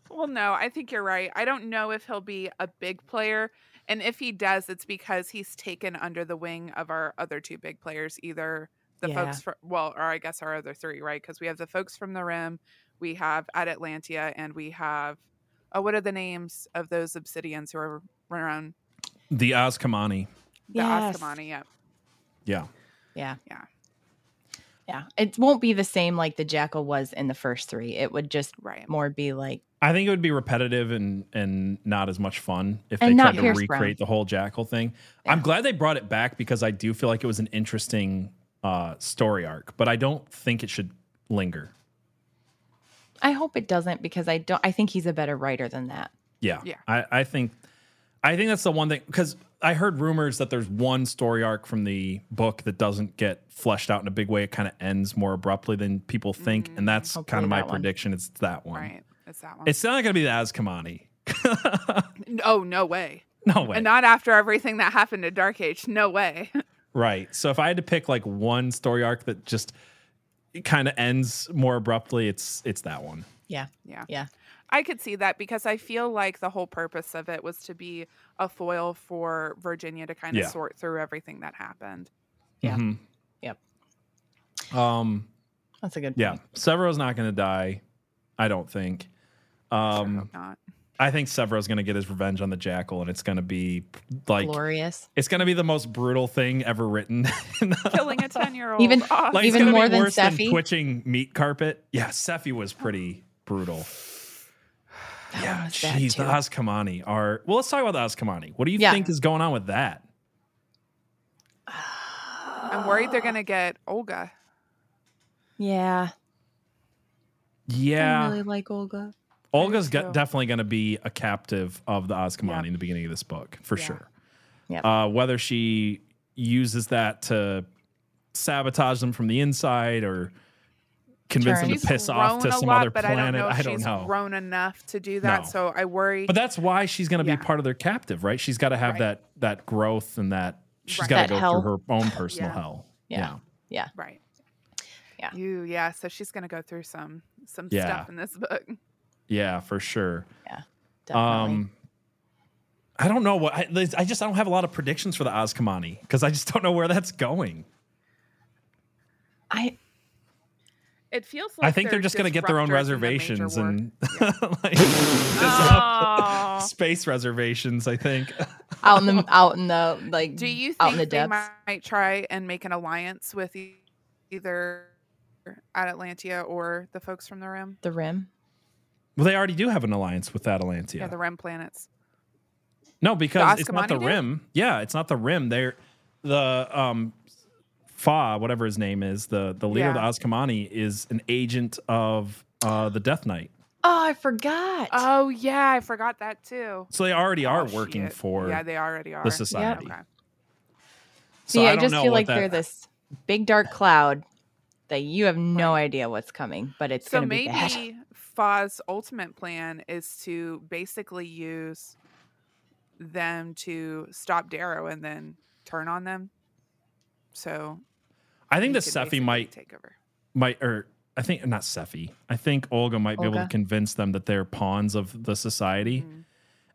Well, no, I think you're right. I don't know if he'll be a big player, and if he does, it's because he's taken under the wing of our other two big players, either the
Yeah.
folks from well, or I guess our other three, right? Because we have the folks from the Rim, we have at Atlantia, and we have oh, what are the names of those obsidians who are running around
The Azkamani.
the
Yes.
Askamani? Yeah,
Yeah.
Yeah.
Yeah.
Yeah. It won't be the same like the Jackal was in the first three. It would just
right.
more be like,
I think it would be repetitive and and not as much fun if
And
they
not
tried
Pierce
to recreate
Brown.
the whole Jackal thing. I'm glad they brought it back because I do feel like it was an interesting uh, story arc, but I don't think it should linger.
I hope it doesn't because I don't. I think he's a better writer than that.
Yeah.
Yeah.
I, I think I think that's the one thing because I heard rumors that there's one story arc from the book that doesn't get fleshed out in a big way. It kind of ends more abruptly than people think. And that's kind
Mm, Hopefully
of my
that one.
prediction. It's that one.
Right. It's that one.
It's not going to be the Azkamani.
N- oh, no way.
No way.
And not after everything that happened to Dark Age. No way.
right. So if I had to pick like one story arc that just kind of ends more abruptly, it's it's that one.
Yeah.
Yeah.
Yeah.
I could see that because I feel like the whole purpose of it was to be a foil for Virginia to kind of
Yeah.
sort through everything that happened.
Yeah.
Mhm.
Yep.
Um.
That's a good
Yeah.
point.
Severo's not going to die. I don't think.
Sure
Um.
hope not.
I think Severo's going to get his revenge on the Jackal, and it's going to be like
Glorious.
it's going to be the most brutal thing ever written.
Killing a Oh, 10 year old.
Even-
like, it's
Even
gonna be
more than
worse than
Seffy?
twitching meat carpet. Yeah, Seffy was pretty brutal.
That
Yeah,
was bad,
jeez, the
too.
Azkamani are. Well, let's talk about the Azkamani. What do you
Yeah.
think is going on with that?
I'm worried they're going to get Olga.
Yeah. I
Yeah,
really like Olga.
Olga's
do
go-
too.
definitely going to be a captive of the Azkamani
Yeah.
in the beginning of this book for
Yeah.
sure.
Yep.
Uh, whether she uses that to sabotage them from the inside or convince them
Turn.
to
She's
piss off to
grown a
some
lot,
other
but
planet,
I don't know if
I don't
she's
know.
grown enough to do that.
No.
So I worry.
But that's why she's going to
Yeah.
be part of their captive, right? She's got to have
Right.
that that growth and that she's
Right.
got to
That
go
hell.
through her own personal
Yeah.
hell.
Yeah.
right.
Yeah.
You, yeah. So she's going to go through some some
Yeah.
stuff in this book.
Yeah, for sure.
Definitely.
Um I don't know what I, there's- I just I don't have a lot of predictions for the Ozkamani because I just don't know where that's going.
I
It feels like
I think they're just going to get their own
disruptors in the major
reservations
war.
and like, just, uh,
Oh.
space reservations. I think.
out in the out in the like
Do you
Mm, out
think
in the
they
depths.
might, might try and make an alliance with e- either at Atlantia or the folks from the Rim?
the rim.
Well, they already do have an alliance with
Yeah,
Atalantia.
the Rim planets.
no, because
The
it's not
Azkamani
the
do?
rim. Yeah, it's not the rim. They're the um Fa, whatever his name is, the the leader
Yeah.
of the Azkamani is an agent of uh the Death Knight.
Oh, I forgot.
Uh,
Oh yeah, I forgot that too.
So they already are
Oh,
working
shit.
for
yeah, they already are.
the society.
Okay.
So
See, I,
don't
just
know
feel
what
like
that-
they're this big dark cloud that you have no idea what's coming, but it's
So
gonna be bad.
maybe Fa's ultimate plan is to basically use them to stop Darrow and then turn on them. So
I think
he
that
could
Seffi
basically
might
take over.
might or I think not Seffi. I think Olga might be able to
Olga.
convince them that they're pawns of the society
Mhm.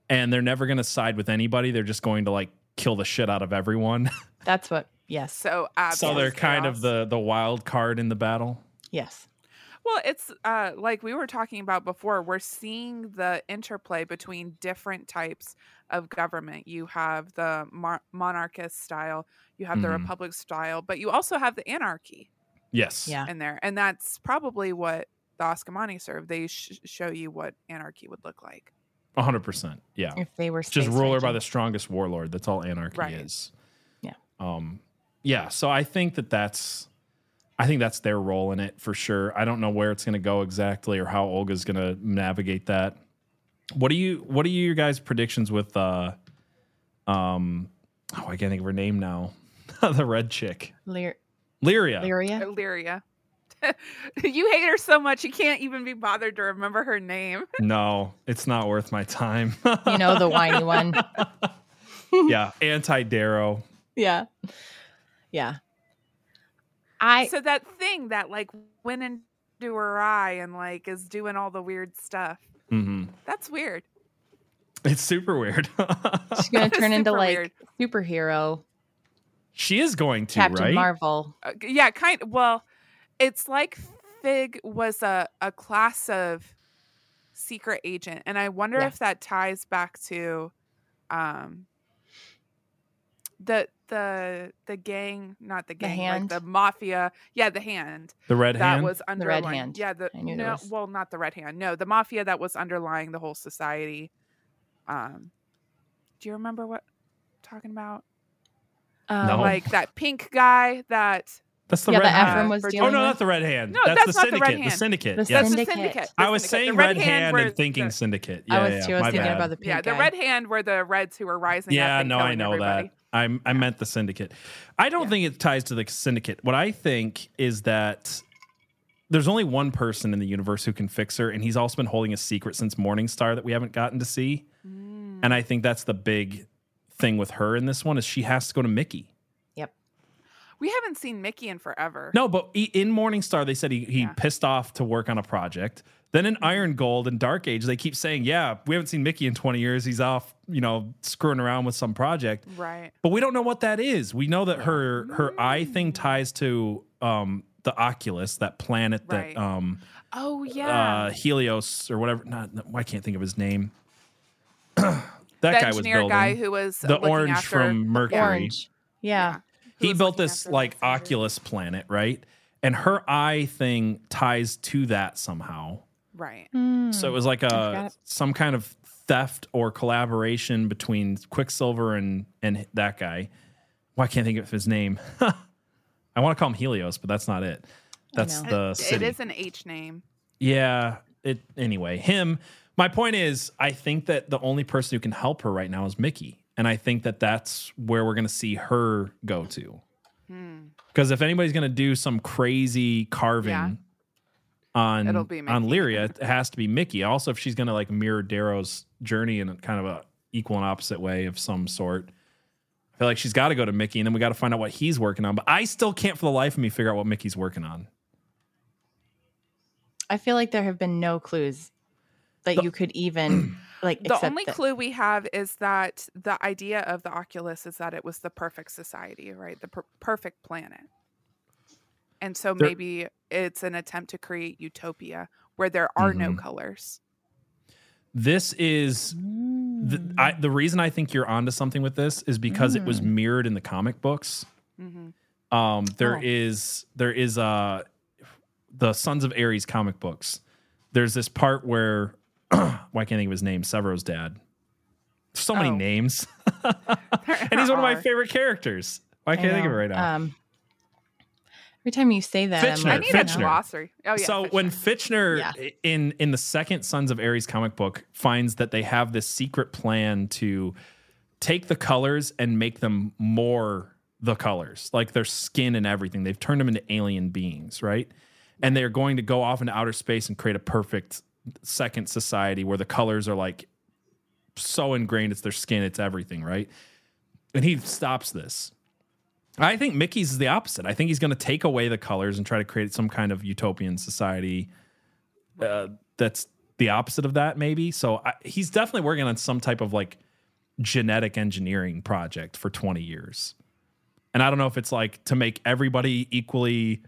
and they're never going to side with anybody. They're just going to like kill the shit out of everyone.
That's what. Yes.
So
so
absolute
they're kind of
chaos.
the the wild card in the battle.
Yes.
Well, it's uh, like we were talking about before. We're seeing the interplay between different types of government. You have the mar- monarchist style, you have the
Mm-hmm.
Mhm.
republic style, but you also have the anarchy
Yes.
Yeah.
in there, and that's probably what the Oskamani serve. They sh- show you what anarchy would look like.
100%. Yeah.
If they were
just
space
ruler by
ranging.
the strongest warlord. That's all anarchy
Right.
is.
Yeah.
Um. Yeah. So I think that that's, I think that's their role in it for sure. I don't know where it's going to go exactly or how Olga's going to navigate that. What do you What are your guys' predictions with? uh Um. Oh, I can't think of her name now. the red chick,
Lyr-
Lyria.
Lyria.
Illyria, you hate her so much you can't even be bothered to remember her name.
No, it's not worth my time.
You know the whiny one.
yeah, anti Darrow.
Yeah. Yeah. I
so that thing that like went into her eye and like is doing all the weird stuff.
hmm
That's weird.
It's super weird.
she's gonna
That is
turn into
super
like
weird.
superhero
she is going to
Captain
right.
Marvel.
Uh, yeah, kind. Well, it's like Fig was a a class of secret agent, and I wonder
Yeah.
if that ties back to, um, the the the gang, not the gang,
hand?
like the mafia. Yeah, the hand
The red
that
hand.
was under
Red Hand.
Yeah, the
I knew there
no,
was-
well, not the red hand. No, the mafia that was underlying the whole society. Um, do you remember what I'm talking about?
Um,
No.
Like that pink guy that
that's Oh
yeah,
the red
the
hand.
Ephraim was
Oh, no,
Oh
dealing
no, not
with.
the red hand.
No, that's not
that's, the
the
syndicate.
red
the,
hand.
syndicate.
The
yes.
That's the
Syndicate.
syndicate.
I
The
was
syndicate.
saying
The
red, hand
were
and thinking
the,
syndicate. Yeah,
I was
yeah,
too. I was
my
thinking
bad.
about the pink
yeah, the
guy.
red hand were the reds who were rising. up
yeah,
and
no, I
killing
know
everybody.
that. I'm, I meant the syndicate. I don't
Yeah.
think it ties to the syndicate. What I think is that there's only one person in the universe who can fix her, and he's also been holding a secret since Morningstar that we haven't gotten to see.
Mm.
And I think that's the big thing with her in this one is she has to go to Mickey.
we haven't seen Mickey in forever.
No, but he, in Morningstar, they said he, he
Yeah. Mm-hmm.
pissed off to work on a project. Then in Iron Gold and Dark Age, they keep saying, yeah, we haven't seen Mickey in 20 years. He's off, you know, screwing around with some project.
right?
But we don't know what that is. We know that her her eye
Mm.
thing ties to um, the Oculus, that planet
Right.
that um,
Oh yeah,
uh, Helios or whatever. Not, not- I can't think of his name. that
the
guy was
engineer
building
guy who was uh,
the
looking
orange
after,
from Mercury.
Orange. Yeah.
who
he
was
built
looking
this
after the
like
messenger.
Oculus planet, right? And her eye thing ties to that somehow.
right?
So it
Hmm.
was like a
forgot.
some kind of theft or collaboration between Quicksilver and and that guy. Why can't I think of his name? I want to call him Helios, but that's not it. That's
know.
the
It-
city.
It is an H name.
Yeah. It anyway. Him. My point is, I think that the only person who can help her right now is Mickey, and I think that that's where we're going to see her go to.
Hmm.
Because if anybody's gonna do some crazy carving
Yeah.
on
It'll be
on
Mickey.
Lyria, it has to be Mickey. Also, if she's gonna like mirror Darrow's journey in a kind of a equal and opposite way of some sort, I feel like she's got to go to Mickey, and then we got to find out what he's working on. But I still can't, for the life of me, figure out what Mickey's working on.
I feel like there have been no clues that
The-
you could even like.
The
accept
only
that-
clue we have is that the idea of the Oculus is that it was the perfect society, right? The per- perfect planet. And so
There-
maybe it's an attempt to create utopia where there are no
Mhm.
colors.
This is the,
Mm.
I, the reason I think you're onto something with this is because it was
Mm.
mirrored in the comic books.
hmm
Um, there
Oh.
is there is uh the Sons of Ares comic books. There's this part where why can't I think of his name? Severo's dad. So many
Oh.
names, and he's one of my favorite characters. Why can't I, think of it
know.
right
Uh,
now?
Um, every time you say that, I'm
Fitchner,
I
like,
need
Fitchner.
a glossary. Oh, yeah.
so when Fitchner
Yeah.
i- in in the second Sons of Ares comic book finds that they have this secret plan to take the colors and make them more the colors, like their skin and everything. They've turned them into alien beings, right? And they're going to go off into outer space and create a perfect second society where the colors are like so ingrained, it's their skin, it's everything, right? And he stops this. I think Mickey's is the opposite. I think he's going to take away the colors and try to create some kind of utopian society uh, that's the opposite of that, maybe. So I, he's definitely working on some type of like genetic engineering project for 20 years. And I don't know if it's like to make everybody equally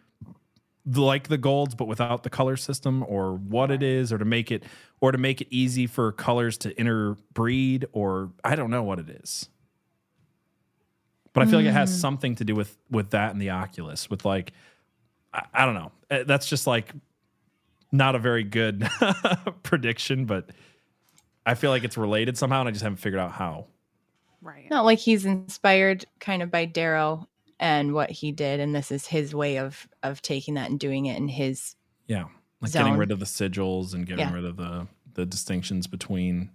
like the golds but without the color system or what it is or to make it or to make it easy for colors to interbreed or I don't know what it is. But I feel like it has something to do with with that and the Oculus with like I, I don't know. Uh, That's just like not a very good prediction but I feel like it's related somehow and I just haven't figured out how.
Right.
Not like he's inspired kind of by Darrow and what he did, and this is his way of of taking that and doing it in his
Yeah. Like
Zone.
getting rid of the sigils and getting
Yeah.
rid of the the distinctions between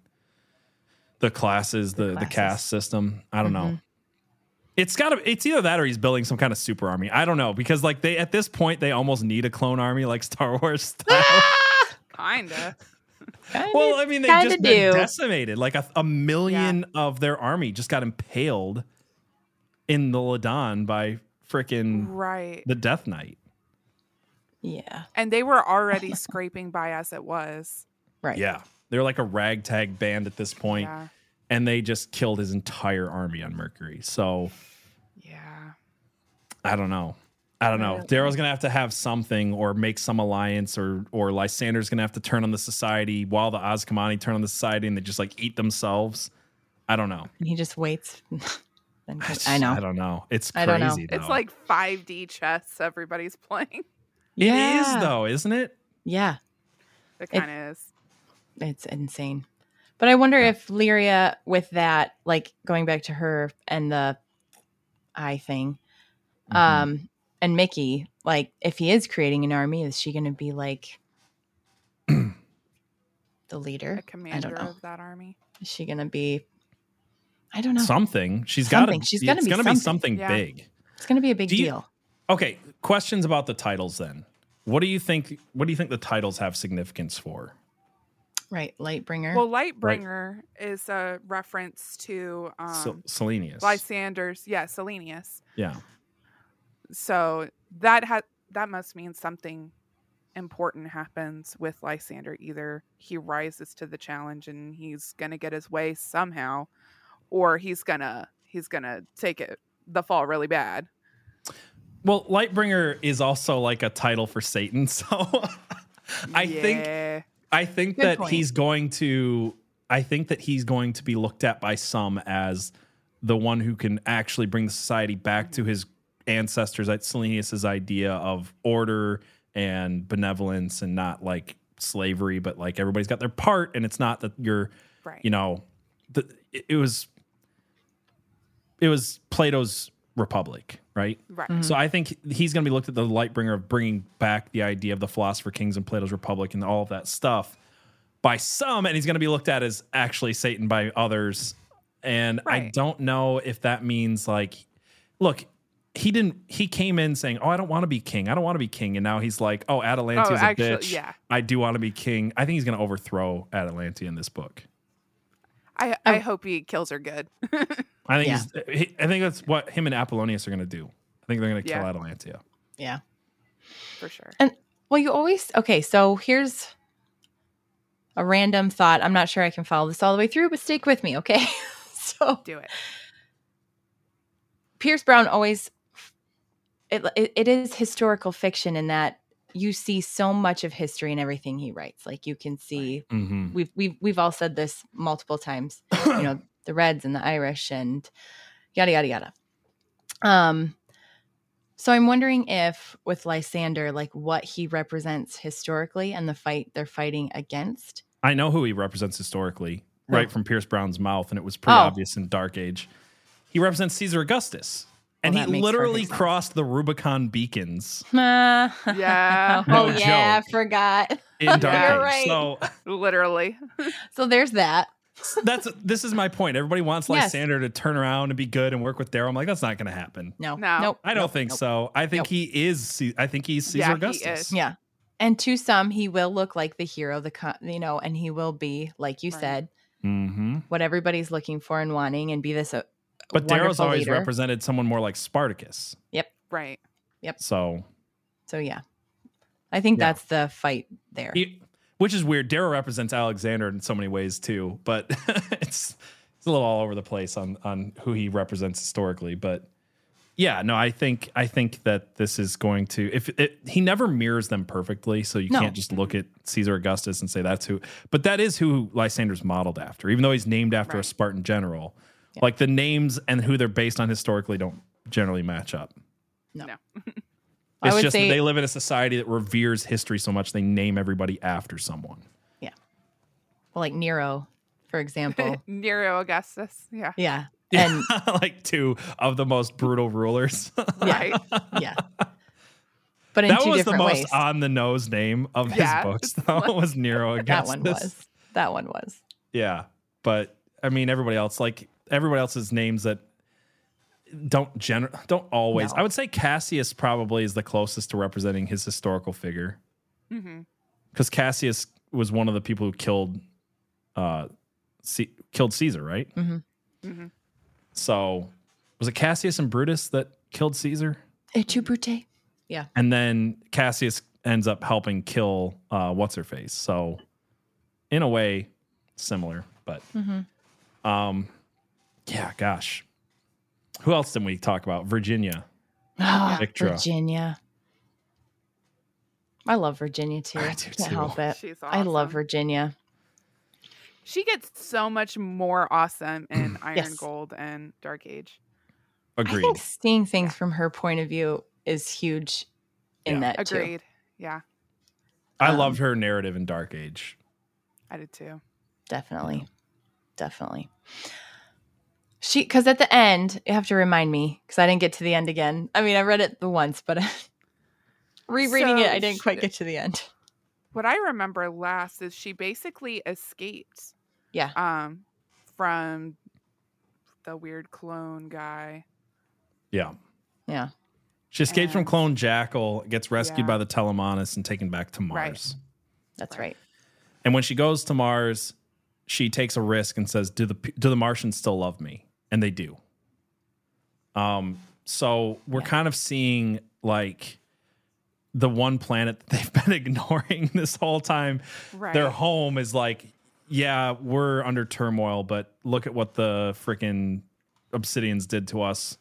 the classes, the the,
classes.
caste system. I don't know.
Mhm.
It's got to it's either that or he's building some kind of super army. I don't know because like they at this point they almost need a clone army like Star Wars style.
Kinda.
Kinda-
well, uh I mean they
kinda
just been
do.
decimated. Like a, a million of their army just got impaled in the Ladan by freaking
Right.
Mm. the Death Knight.
yeah,
And they were already scraping by as it was.
right.
Yeah. They're like a ragtag band at this point.
Yeah.
and they just killed his entire army on Mercury. So
Yeah.
I don't know. I don't know.
Right.
Daryl's gonna have to have something or make some alliance or or Lysander's gonna have to turn on the society while the Ozkamani turn on the society and they just like eat themselves. I don't know.
And he just waits. Then
I,
comes-
just-
I know.
I don't know. It's crazy.
I don't know.
It's
though.
like 5D chess everybody's playing.
it
yeah.
is though, isn't it?
Yeah.
It
It-
kind of is.
it's insane. But I wonder if Lyria, with that, like going back to her and the eye thing,
Mm-hmm.
um, and Mickey, like if he is creating an army, is she going to be like
A
the leader?
commander
know.
of that army.
Is she going to be? I don't know.
Something. She's got to.
Something. She's gotta
it's
be
gonna be
something.
something
Yeah.
big.
it's going to be a big
Do you-
deal.
Okay. Questions about the titles then. What do you think? What do you think the titles have significance for?
Right, Lightbringer.
Well, Lightbringer is a reference to um,
Sel- Selenius.
Lysander's, yeah, Selenius.
yeah.
So that ha- that must mean something important happens with Lysander. Either he rises to the challenge and he's gonna get his way somehow, or he's gonna he's gonna take it the fall really bad.
Well, Lightbringer is also like a title for Satan, so I think
Yeah.
I think
Good
that
point.
he's going to I think that he's going to be looked at by some as the one who can actually bring the society back to his ancestors, like Selenius's idea of order and benevolence and not like slavery, but like everybody's got their part and it's not that you're
right.
you know, the, it, it was it was Plato's Republic, right?
right.
Mhm.
So I think he's going to be looked at the light bringer of bringing back the idea of the philosopher kings and Plato's Republic and all of that stuff by some, and he's going to be looked at as actually Satan by others. And I
Right.
don't know if that means like, look, he didn't. He came in saying, "Oh, I don't want to be king. I don't want to be king," and now he's like, "Oh, Atalante's
Oh,
a
actually,
bitch.
yeah.
I do want to be king." I think he's going to overthrow Atalante in this book.
I, I hope he kills her good.
I think
Yeah.
he's, he- I think that's what him and Apollonius are going to do. I think they're going to kill
Yeah.
Atalantia.
yeah.
for sure.
Well, you always okay. So here's a random thought. I'm not sure I can follow this all the way through, but stick with me, okay? so
Do it.
Pierce Brown always it, it it is historical fiction in that you see so much of history in everything he writes. Like you can see
Mm-hmm.
we've we've we've all said this multiple times. you know, the Reds and the Irish and yada yada yada. Um so I'm wondering if with Lysander, like what he represents historically and the fight they're fighting against.
I know who he represents historically,
Who?
right from Pierce Brown's mouth, and it was pretty
Oh.
obvious in Dark Age. He represents Caesar Augustus, and
that
he
makes
literally
perfect sense.
crossed the Rubicon beacons
Yeah.
Yeah.
oh
No
yeah,
joke.
I forgot.
in Dark
You're
right.
Age. So
Literally.
So there's that.
that's this is my point. Everybody wants
Yes.
Lysander to turn around and be good and work with Daryl. I'm like, that's not going to happen.
No.
No.
Nope.
I don't
nope,
think
nope.
so. I think
Nope.
he is. Ce- I think he's Caesar
Yeah, he
Augustus.
is.
Yeah. and to some he will look like the hero the co- you know and he will be like you
Right.
said
Mm-hmm.
what everybody's looking for and wanting and be this uh,
But Darrow's
wonderful
always
leader.
represented someone more like Spartacus.
Right.
So,
so yeah i think
Yeah. E
that's the fight there
he- which is weird. Darrow represents Alexander in so many ways too, but it's it's a little all over the place on on who he represents historically. But yeah, no, I think I think that this is going to if it, he never mirrors them perfectly, so you
No.
can't just look at Caesar Augustus and say that's who. But that is who Lysander's modeled after, even though he's named after a
Right.
Spartan general.
Yeah.
Like the names and who they're based on historically don't generally match up.
i
It's
would
just
say
that they live in a society that reveres history so much they name everybody after someone.
like nero for example
Nero Augustus. Yeah.
yeah
Yeah, like two of the most brutal rulers.
Yeah.
Right.
yeah but in
that
two
was the
different
most
ways
on the nose name of
Yeah.
his books. Though was Nero
that
Augustus.
one was that one was
Yeah, but I mean, everybody else, like everybody else's names that don't gener- don't always.
No.
I would say Cassius probably is the closest to representing his historical figure.
hmm
because Cassius was one of the people who killed, uh, C- killed Caesar, right?
Mhm.
Mhm.
So, was it Cassius and Brutus that killed Caesar,
Et tu, Brute?
and then Cassius ends up helping kill uh, what's her face? So, in a way, similar, but
Mhm.
um, yeah, gosh, who else did we talk about? Virginia.
Ah,
Victra.
virginia i love virginia too
I do
can't
too.
help it
She's awesome.
Uh, i love virginia
She gets so much more awesome in Iron
Yes.
Gold and Dark Age.
I
Agreed.
think seeing things from her point of view is huge in
Yeah.
that too.
Agreed. Yeah,
I
um,
loved her narrative in Dark Age.
I did too.
Definitely. Definitely. She cuz at the end, you have to remind me cuz I didn't get to the end again. I mean, I read it the once, but rereading it,
So
I didn't quite
she-
get to the end.
What I remember last is she basically escaped.
Yeah.
Um, from the weird clone guy.
Yeah.
Yeah.
She escapes from
And-
Clone Jackal, gets rescued
Yeah.
by the Telemonus, and taken back to
Right.
Mars.
That's right.
And when she goes to Mars, she takes a risk and says, "Do the do the Martians still love me?" And they do. Um, so we're
Yeah.
kind of seeing like the one planet that they've been ignoring this whole time.
Right.
Their home is like, yeah, we're under turmoil, but look at what the freaking Obsidians did to us.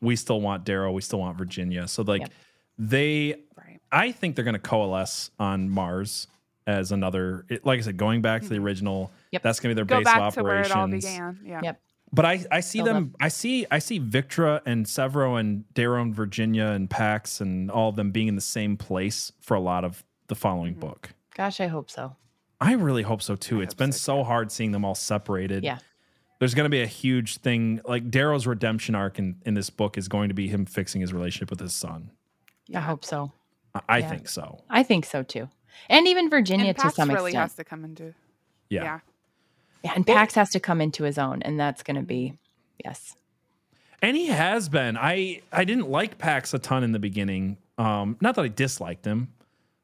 We still want Darrow. We still want Virginia. So like,
Yep.
they
right.
I think they're going to coalesce on Mars as another. It, like I said, going back to the original.
Yep.
That's going to be their
Mm-hmm. Go
base
back
of operations.
to where it all began. Yeah.
Yep.
But I, I see
Build
them. I see I see Victra and Severo and Darrow and Virginia and Pax and all of them being in the same place for a lot of the following
Mhm.
book.
Gosh, I hope so.
I really hope so too.
I
it's
hope
been
so,
so hard seeing them all separated.
Yeah.
There's going to be a huge thing like Darrow's redemption arc in, in this book is going to be him fixing his relationship with his son.
I
Yeah.
hope so.
I, I
Yeah.
think so.
I think so too. And even
And
Virginia to
Pax
some
really
extent.
has to come into.
Yeah.
yeah.
yeah, and Pax has to come into his own and that's
Mm-hmm.
going to be yes.
And he has been. I I didn't like Pax a ton in the beginning. Um, not that I disliked him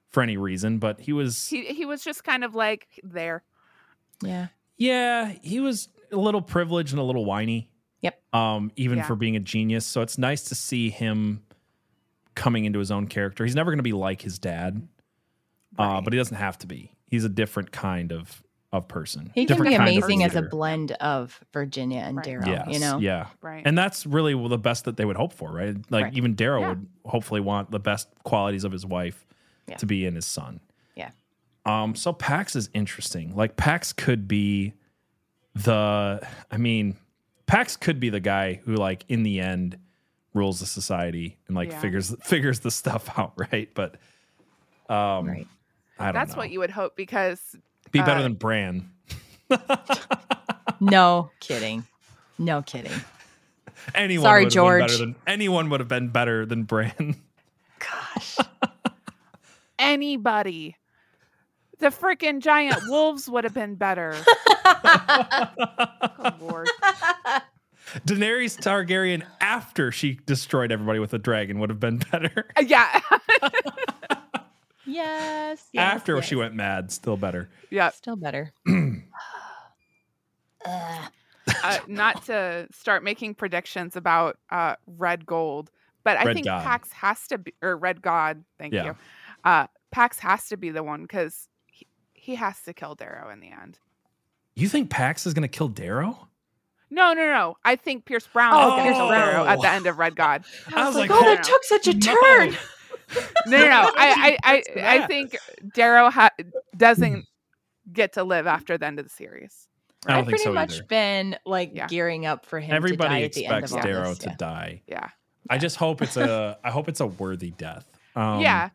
for any reason, but he was
He he was just kind of like there.
Yeah.
yeah, he was a little privileged and a little whiny.
Yep.
Um, even
Yeah.
for being a genius. So it's nice to see him coming into his own character. He's never gonna be like his dad. Uh,
Right.
but he doesn't have to be. He's a different kind of of person.
He can
Different
be
kind of
amazing as a
leader.
blend of Virginia and
Right.
Darrow,
Yes,
you know.
Yeah.
Right.
And that's really the best that they would hope for, right? Like
Right.
even Daryl
Yeah.
would hopefully want the best qualities of his wife
Yeah.
to be in his son.
Yeah.
Um. So Pax is interesting. Like Pax could be the. I mean, Pax could be the guy who, like, in the end, rules the society and like
Yeah.
figures figures the stuff out, right? But um,
Right.
I don't
That's
know.
what you would hope because
be better
uh,
than Bran.
No kidding. No kidding.
Anyone
Sorry,
would have been
George.
Better than, anyone would have been better than Bran.
Gosh.
anybody. The freaking giant wolves would have been better. Oh, Lord.
Daenerys Targaryen after she destroyed everybody with a dragon would have been better.
Uh, Yeah.
yes, yes.
After
yes.
she went mad, still better.
Yeah,
Still better. Ugh.
uh, not to start making predictions about uh, red gold, but I
Red
think
God.
Pax has to be or red god. Thank
Yeah.
you. Uh, Pax has to be the one because he, he has to kill Darrow in the end.
You think Pax is gonna kill Darrow?
No, no, no. I think Pierce Brown
Oh,
is going to kill
Pierce
Darrow
Brown.
at the end of Red God.
I was like,
oh, that
no.
took such a
No.
turn.
No, no, no. I, I,
That's Mm.
I, I
that.
think Darrow ha- doesn't get to live after the end of the series.
I don't
I've
think
pretty
so
much
either.
been like
Yeah.
gearing up for him.
Everybody
to die
expects
at the end of all
Darrow
this,
to
yeah.
die.
Yeah,
I just hope it's a I hope it's a worthy death. Um,
yeah,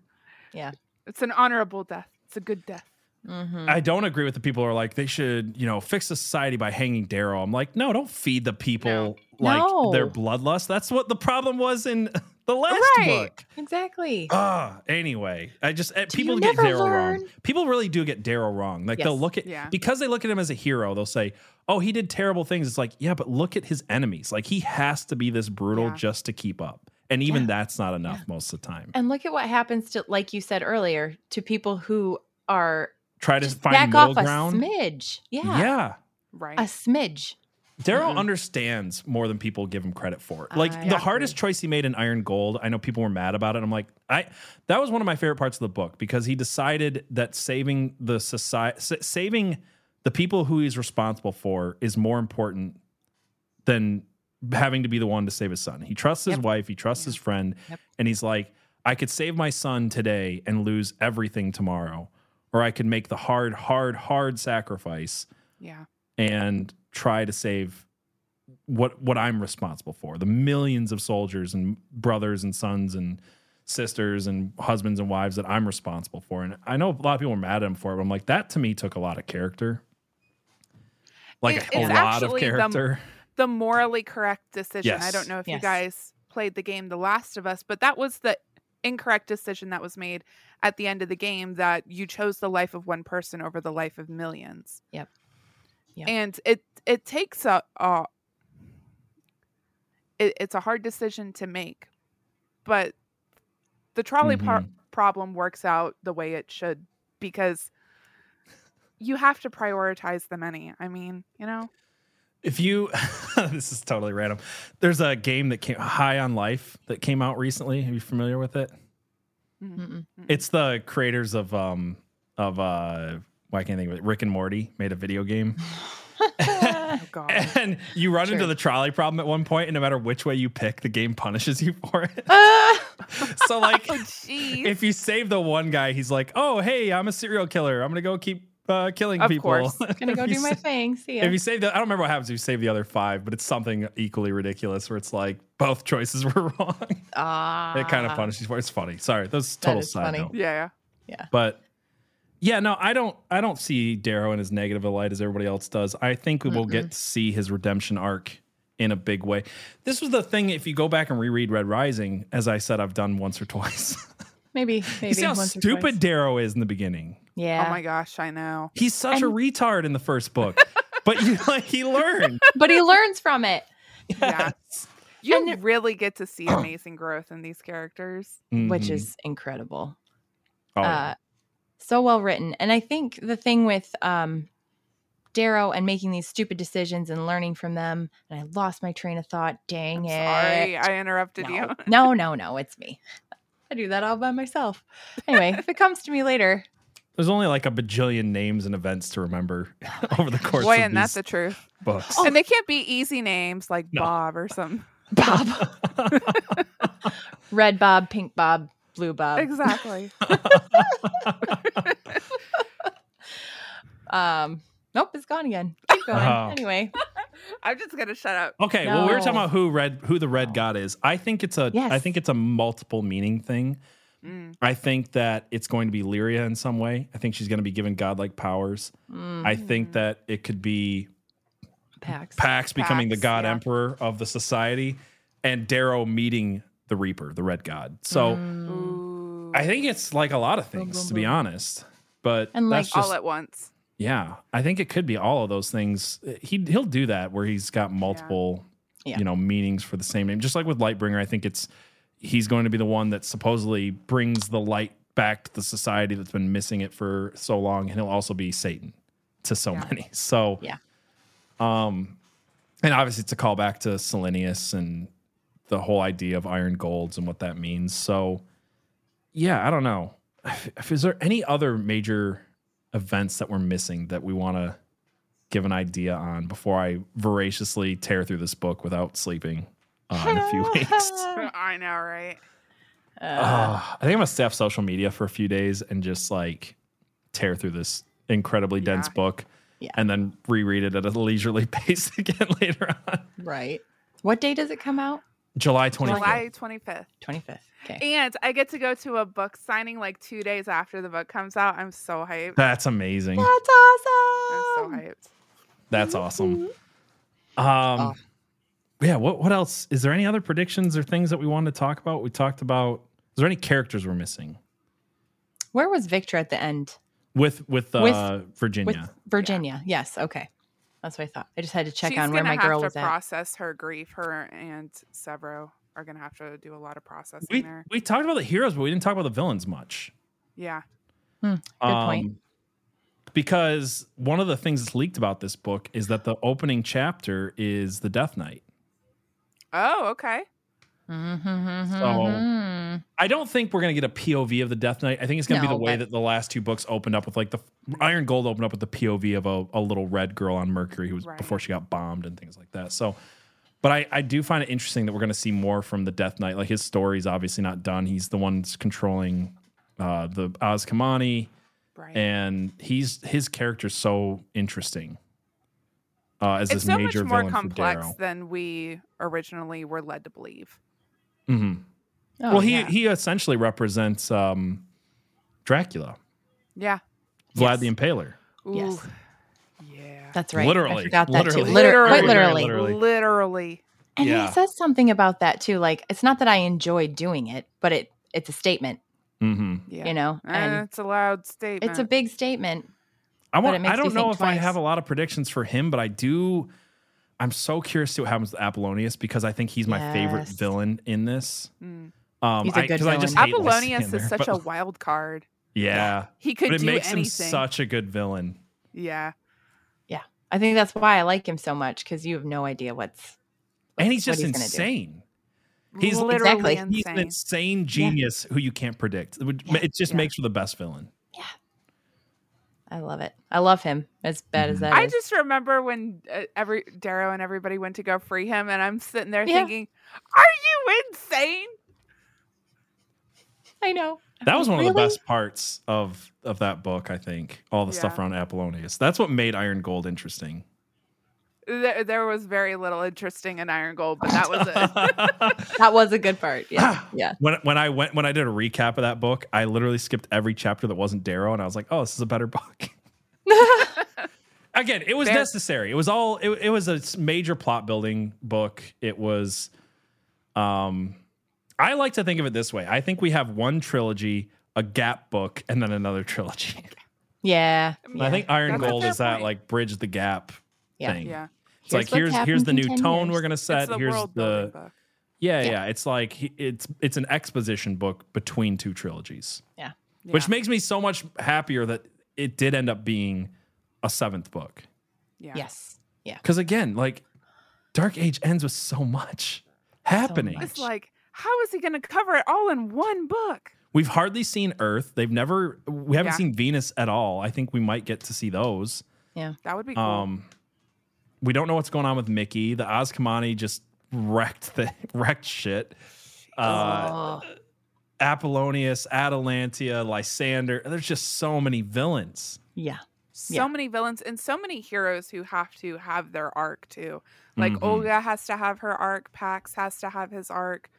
yeah.
It's an honorable death. It's a good death.
Mhm.
I don't agree with the people who are like they should, you know, fix the society by hanging Darrow. I'm like, no, don't feed the people like
No.
their bloodlust. That's what the problem was in the last
Right.
book.
Exactly.
Ah, anyway, I just eh,
Do you
people get
never
Darrow wrong.
learn?
People really do get Darrow wrong. Like they'll
Yes.
look at
Yeah.
because they look at him as a hero. They'll say, "Oh, he did terrible things." It's like, yeah, but look at his enemies. Like he has to be this brutal
Yeah.
just to keep up, and even
Yeah.
that's not enough most of the time.
and look at what happens to, like you said earlier, to people who are
Try to
just
find
back
middle
off
ground.
a smidge. Yeah.
yeah.
Right.
A smidge.
Darrow
Mhm.
understands more than people give him credit for. Like
I
the
agree.
hardest choice he made in Iron Gold, I know people were mad about it. I'm like, I that was one of my favorite parts of the book because he decided that saving the society, saving the people who he's responsible for, is more important than having to be the one to save his son. He trusts his
Yep.
wife, he trusts his friend,
Yep.
and he's like, I could save my son today and lose everything tomorrow, or I could make the hard, hard, hard sacrifice
yeah.
and try to save what what I'm responsible for the millions of soldiers and brothers and sons and sisters and husbands and wives that I'm responsible for. And I know a lot of people were mad at him for it, but I'm like, that to me took a lot of character. Like
It-
a
it's
lot of
actually the-
character.
The morally correct decision. I
Yes.
don't know if you
Yes.
guys played the game The Last of Us, but that was the incorrect decision that was made at the end of the game that you chose the life of one person over the life of millions.
Yep. Yep.
And it it takes a, a it, it's a hard decision to make, but the trolley par- problem works out the way it should because you have to prioritize the many. I mean, you know.
if you this is totally random. There's a game that came High on Life that came out recently. Are you familiar with it?
Mm.
Mm-mm.
It's the creators of um of uh why can't I think of it? Rick and Morty made a video game.
Oh God.
And you run into
Sure.
the trolley problem at one point, and no matter which way you pick, the game punishes you for it.
Ah!
so like
Oh jeez.
if you save the one guy, he's like, Oh, hey, I'm a serial killer. I'm gonna go keep uh, killing
Of
people.
course.
Gonna
If
go
you
do my
sa-
thing. See ya.
If you save the I don't remember what happens if you save the other five, but it's something equally ridiculous where it's like both choices were wrong.
Ah.
it kind of punishes you for it. It's funny. Sorry, that's total
is
side
funny.
note.
yeah.
But yeah, no, I don't I don't see Darrow in as negative a light as everybody else does. I think we will get to see his redemption arc in a big way. This was the thing if you go back and reread Red Rising, as I said I've done once or twice.
Maybe. Maybe.
you see how
once or
stupid
twice.
Darrow is in the beginning.
Yeah.
Oh my gosh, I know.
He's such a
And-
retard in the first book. but you like he learned.
But he learns from it.
Yeah. You really get to see amazing growth in these characters.
which
Mhm.
is incredible.
Oh,
Uh, so well written. And I think the thing with um, Darrow and making these stupid decisions and learning from them, and I lost my train of thought. Dang
I'm
it.
Sorry, I interrupted
no.
you.
no, no, no, it's me. I do that all by myself. Anyway, if it comes to me later,
there's only like a bajillion names and events to remember over the course
Boy,
of
and that's
these
the truth.
books.
Oh.
And they can't be easy names like
No.
Bob or something.
Bob, red Bob, pink Bob, blue Bob.
exactly.
Um, nope, it's gone again. Keep going.
Oh.
Anyway,
I'm just gonna shut up.
Okay, well, we were talking
No.
about who red who the red
No.
god is. I think it's a I
Yes.
think it's a multiple meaning thing.
Mm.
I think that it's going to be Lyria in some way. I think she's going to be given godlike powers.
mm,
I think
Mm.
that it could be
Pax.
Pax becoming the
Pax,
god
yeah.
emperor of the society, and Darrow meeting the Reaper, the red god. So
Mm.
Ooh.
I think it's like a lot of things,
boom,
to be
boom.
honest. But
And,
that's
like,
just,
all at once.
Yeah, I think it could be all of those things. He he'll do that where he's got multiple,
Yeah.
you know, meanings for the same name. Just like with Lightbringer, I think it's he's going to be the one that supposedly brings the light back to the society that's been missing it for so long, and he'll also be Satan to so
Yeah.
many. So
Yeah.
um, and obviously it's a callback to Selenius and the whole idea of iron golds and what that means. So yeah, I don't know. If, if- is there any other major events that we're missing that we want to give an idea on before I voraciously tear through this book without sleeping uh, in a few weeks?
I know, right?
Uh,
Ah, I think I'm gonna stay off social media for a few days and just like tear through this incredibly dense
Yeah.
book,
Yeah.
and then reread it at a leisurely pace again later on.
right. What day does it come out?
July 25th.
July 25th.
25th. Okay.
And I get to go to a book signing like two days after the book comes out. I'm so hyped.
That's amazing.
That's
I'm so
awesome.
hyped.
That's
Mm-hmm.
awesome. Um, yeah. What what else? Is there any other predictions or things that we wanted to talk about? We talked about. Is there any characters we're missing
Where was Victor at the end?
with with,
With-
uh, Virginia?
With Virginia. Yes. Okay. That's what I thought. I just had to check
She's
on where
gonna
my
have
girl
to
was at.
process her grief. Her and Severo are gonna have to do a lot of processing
we
there.
we talked about the heroes, but we didn't talk about the villains much. Um,
Yeah.
Good point.
Because one of the things that's leaked about this book is that the opening chapter is the Death Knight.
Oh, okay.
Mm-hmm,
I don't think we're going to get a POV of the Death Knight. I think it's going to be
No,
the way
but-
that the last two books opened up with like the Iron Gold opened up with the POV of a, a little red girl on Mercury who was
Right.
before she got bombed and things like that. So, but I, I do find it interesting that we're going to see more from the Death Knight. Like his story's obviously not done. He's the one that's controlling uh, the Oz Kamani.
Right.
and he's his character's so interesting uh, as
it's
this
so much
major
more
villain
complex
for Darrow.
than we originally were led to believe.
Mhm.
Oh,
well, he he essentially represents um, Dracula,
Yeah.
Vlad
Yes.
the Impaler.
Ooh.
Yes.
Yeah.
That's right.
Literally.
I forgot that
Literally.
too. Liter- quite
Literally.
literally.
literally.
And
Yeah.
he says something about that too. Like it's not that I enjoy doing it, but it it's a statement,
hmm
Yeah.
you know. And
Eh, it's a loud statement.
it's a big statement.
I
it
want.
makes
I
you
don't know
think
if I
twice.
have a lot of predictions for him, but I do. I'm so curious to see what happens to Apollonius because I think he's my favorite
Yes.
villain in this.
Mm.
Um,
He's a
I-
good
'cause I just hate what I see
Apollonius
in
is
there,
such
but-
a wild card.
yeah,
He could
but it
do
makes him
anything.
such a good villain.
yeah.
I think that's why I like him so much because you have no idea what's
and he's
what
just
he's gonna do.
insane. He's
literally
Exactly.
He's
insane.
an insane genius who you can't predict. It, would,
Yeah.
it just
Yeah.
makes for the best villain.
I love it. I love him as bad as
Mhm.
that
I
is.
just remember when uh, every Darrow and everybody went to go free him, and I'm sitting there
Yeah.
thinking, "Are you insane?"
I know.
That was one of the
Really?
best parts of of that book, I think. All the stuff
Yeah.
around Apollonius. That's what made Iron Gold interesting.
There, there was very little interesting in Iron Gold, but that was it.
That was a good part. Yeah.
Ah.
Yeah.
When when I went when I did a recap of that book, I literally skipped every chapter that wasn't Darrow, and I was like, "Oh, this is a better book." Again, it was
Fair.
necessary. It was all. It, it was a s- major plot building book. It was. Um, I like to think of it this way. I think we have one trilogy, a gap book, and then another trilogy.
yeah.
I think Iron
That's a
Gold
fair
is that
point.
like bridge the gap
Yeah.
thing.
yeah,
It's like here's here's the new tone we're gonna set.
it's the
here's
world
the
building book.
yeah, yeah
Yeah.
It's like he- it's it's an exposition book between two trilogies,
Yeah.
which makes me so much happier that it did end up being a seventh book.
yeah.
Yes.
Because again, like Dark Age ends with so much happening.
much.
It's like, how is he going to cover it all in one book?
We've hardly seen Earth. They've never we haven't
Yeah.
seen Venus at all. I think we might get to see those.
That would be cool.
Um, we don't know what's going on with Mickey. The Oz Kamani just wrecked the wrecked shit. Uh,
oh,
Apollonius, Atalantia, Lysander. There's just so many villains.
yeah.
so
yeah.
many villains and so many heroes who have to have their arc too. Like
Mm-hmm.
oh,
Mhm.
Olga has to have her arc, Pax has to have his arc.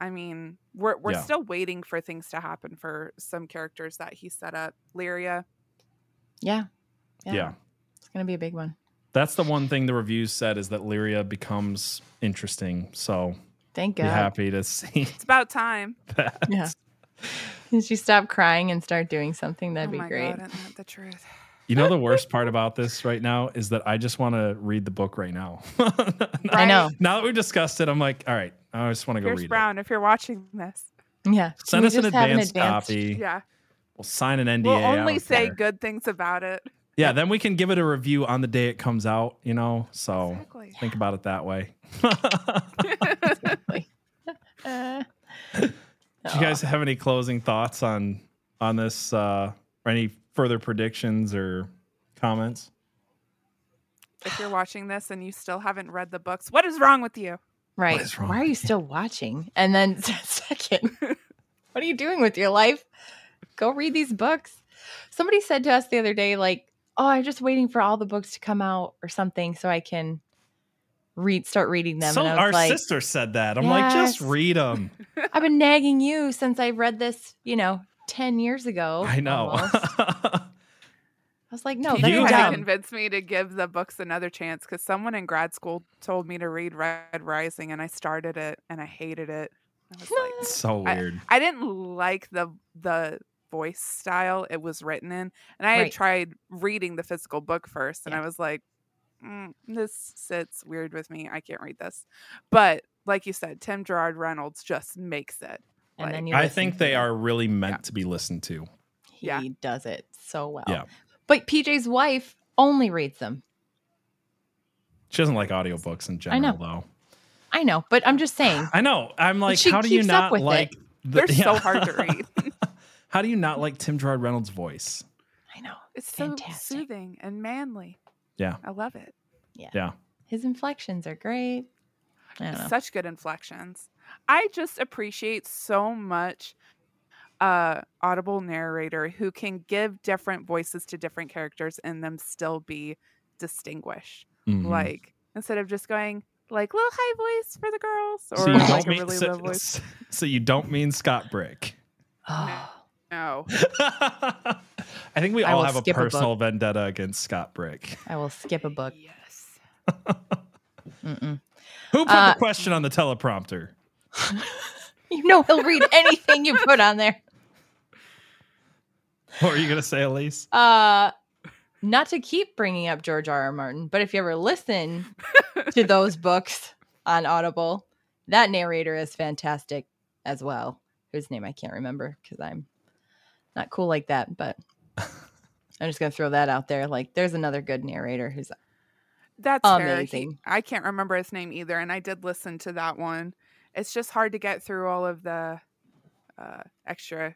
I mean, we're we're
Yeah.
still waiting for things to happen for some characters that he set up. Lyria,
Yeah.
Yeah.
It's going to be a big one.
That's the one thing the reviews said is that Lyria becomes interesting. So
Thank
be
God.
happy to see
it's about time.
that.
Yeah. Since you stop crying and start doing something, that'd
oh
be
my
great.
god, isn't that the truth?
You know the worst part about this right now is that I just want to read the book right now.
I know.
now that we've discussed it, I'm like, all right, I just want to go
Pierce
read it.
Brown, if you're watching this.
Yeah.
Send
We
us an
just have
advance
advanced-
copy.
Yeah.
We'll sign an NDA.
We'll
I
only
don't
say
care.
good things about it.
Yeah, then we can give it a review on the day it comes out, you know? So
Exactly.
think about it that way.
Exactly. Uh,
Do you guys have any closing thoughts on on this uh or any further predictions or comments?
if you're watching this and you still haven't read the books, what is wrong with you?
Right.
is wrong
Why are
with
you still watching? And then second, what are you doing with your life? Go read these books. Somebody said to us the other day, like, oh, I'm just waiting for all the books to come out or something so I can read start reading them.
Some-
and I
our
was like,
sister said that. I'm like, just
Yes.
read them.
I've been nagging you since I read this, you know, 10 years ago.
I know.
Oh, almost." I was like, no,
People
that's
you
tried
dumb.
to convince me to give the books another chance because someone in grad school told me to read Red Rising and I started it and I hated it. I was like,
it's so weird.
I didn't like the the voice style it was written in, and I had
Right.
tried reading the physical book first, and I
Yeah.
was like, "Mm, "This sits weird with me. I can't read this." But like you said, Tim Gerard Reynolds just makes it.
And then
Like,
you
I
listen
think
to
they
them.
are really meant
Yeah.
to be listened to.
He
Yeah.
does it so well.
Yeah.
But PJ's wife only reads them.
She doesn't like audiobooks in general,
know.
though.
I know, but I'm just saying.
I know. I'm like,
she
how do you
keeps up
not
with it.
like? the-
They're so
yeah.
hard to read.
how do you not like Tim Gerard Reynolds' voice?
I know.
It's
Fantastic.
so soothing and manly.
Yeah.
I love it.
His inflections are great. I don't know.
Such good inflections. I just appreciate so much uh audible narrator who can give different voices to different characters and them still be distinguished.
Mhm.
Like instead of just going like little high voice for the girls or
so you don't
like a
mean
really
so,
low voice.
so- so you don't mean Scott Brick.
Oh,
No.
I think we
I
all
will
have a
skip a book.
personal vendetta against Scott Brick.
I will skip a book.
Yes.
Mm-mm.
Who put
Uh,
the question on the teleprompter?
You know he'll read anything you put on there.
What were you going to say, Elise?
Uh, not to keep bringing up George R. R. Martin, but if you ever listen to those books on Audible, that narrator is fantastic as well. Whose name I can't remember because I'm not cool like that. But I'm just gonna throw that out there. Like, there's another good narrator who's
That's
Um,
fair. He-
Amazing.
I can't remember his name either, and I did listen to that one. It's just hard to get through all of the uh, extra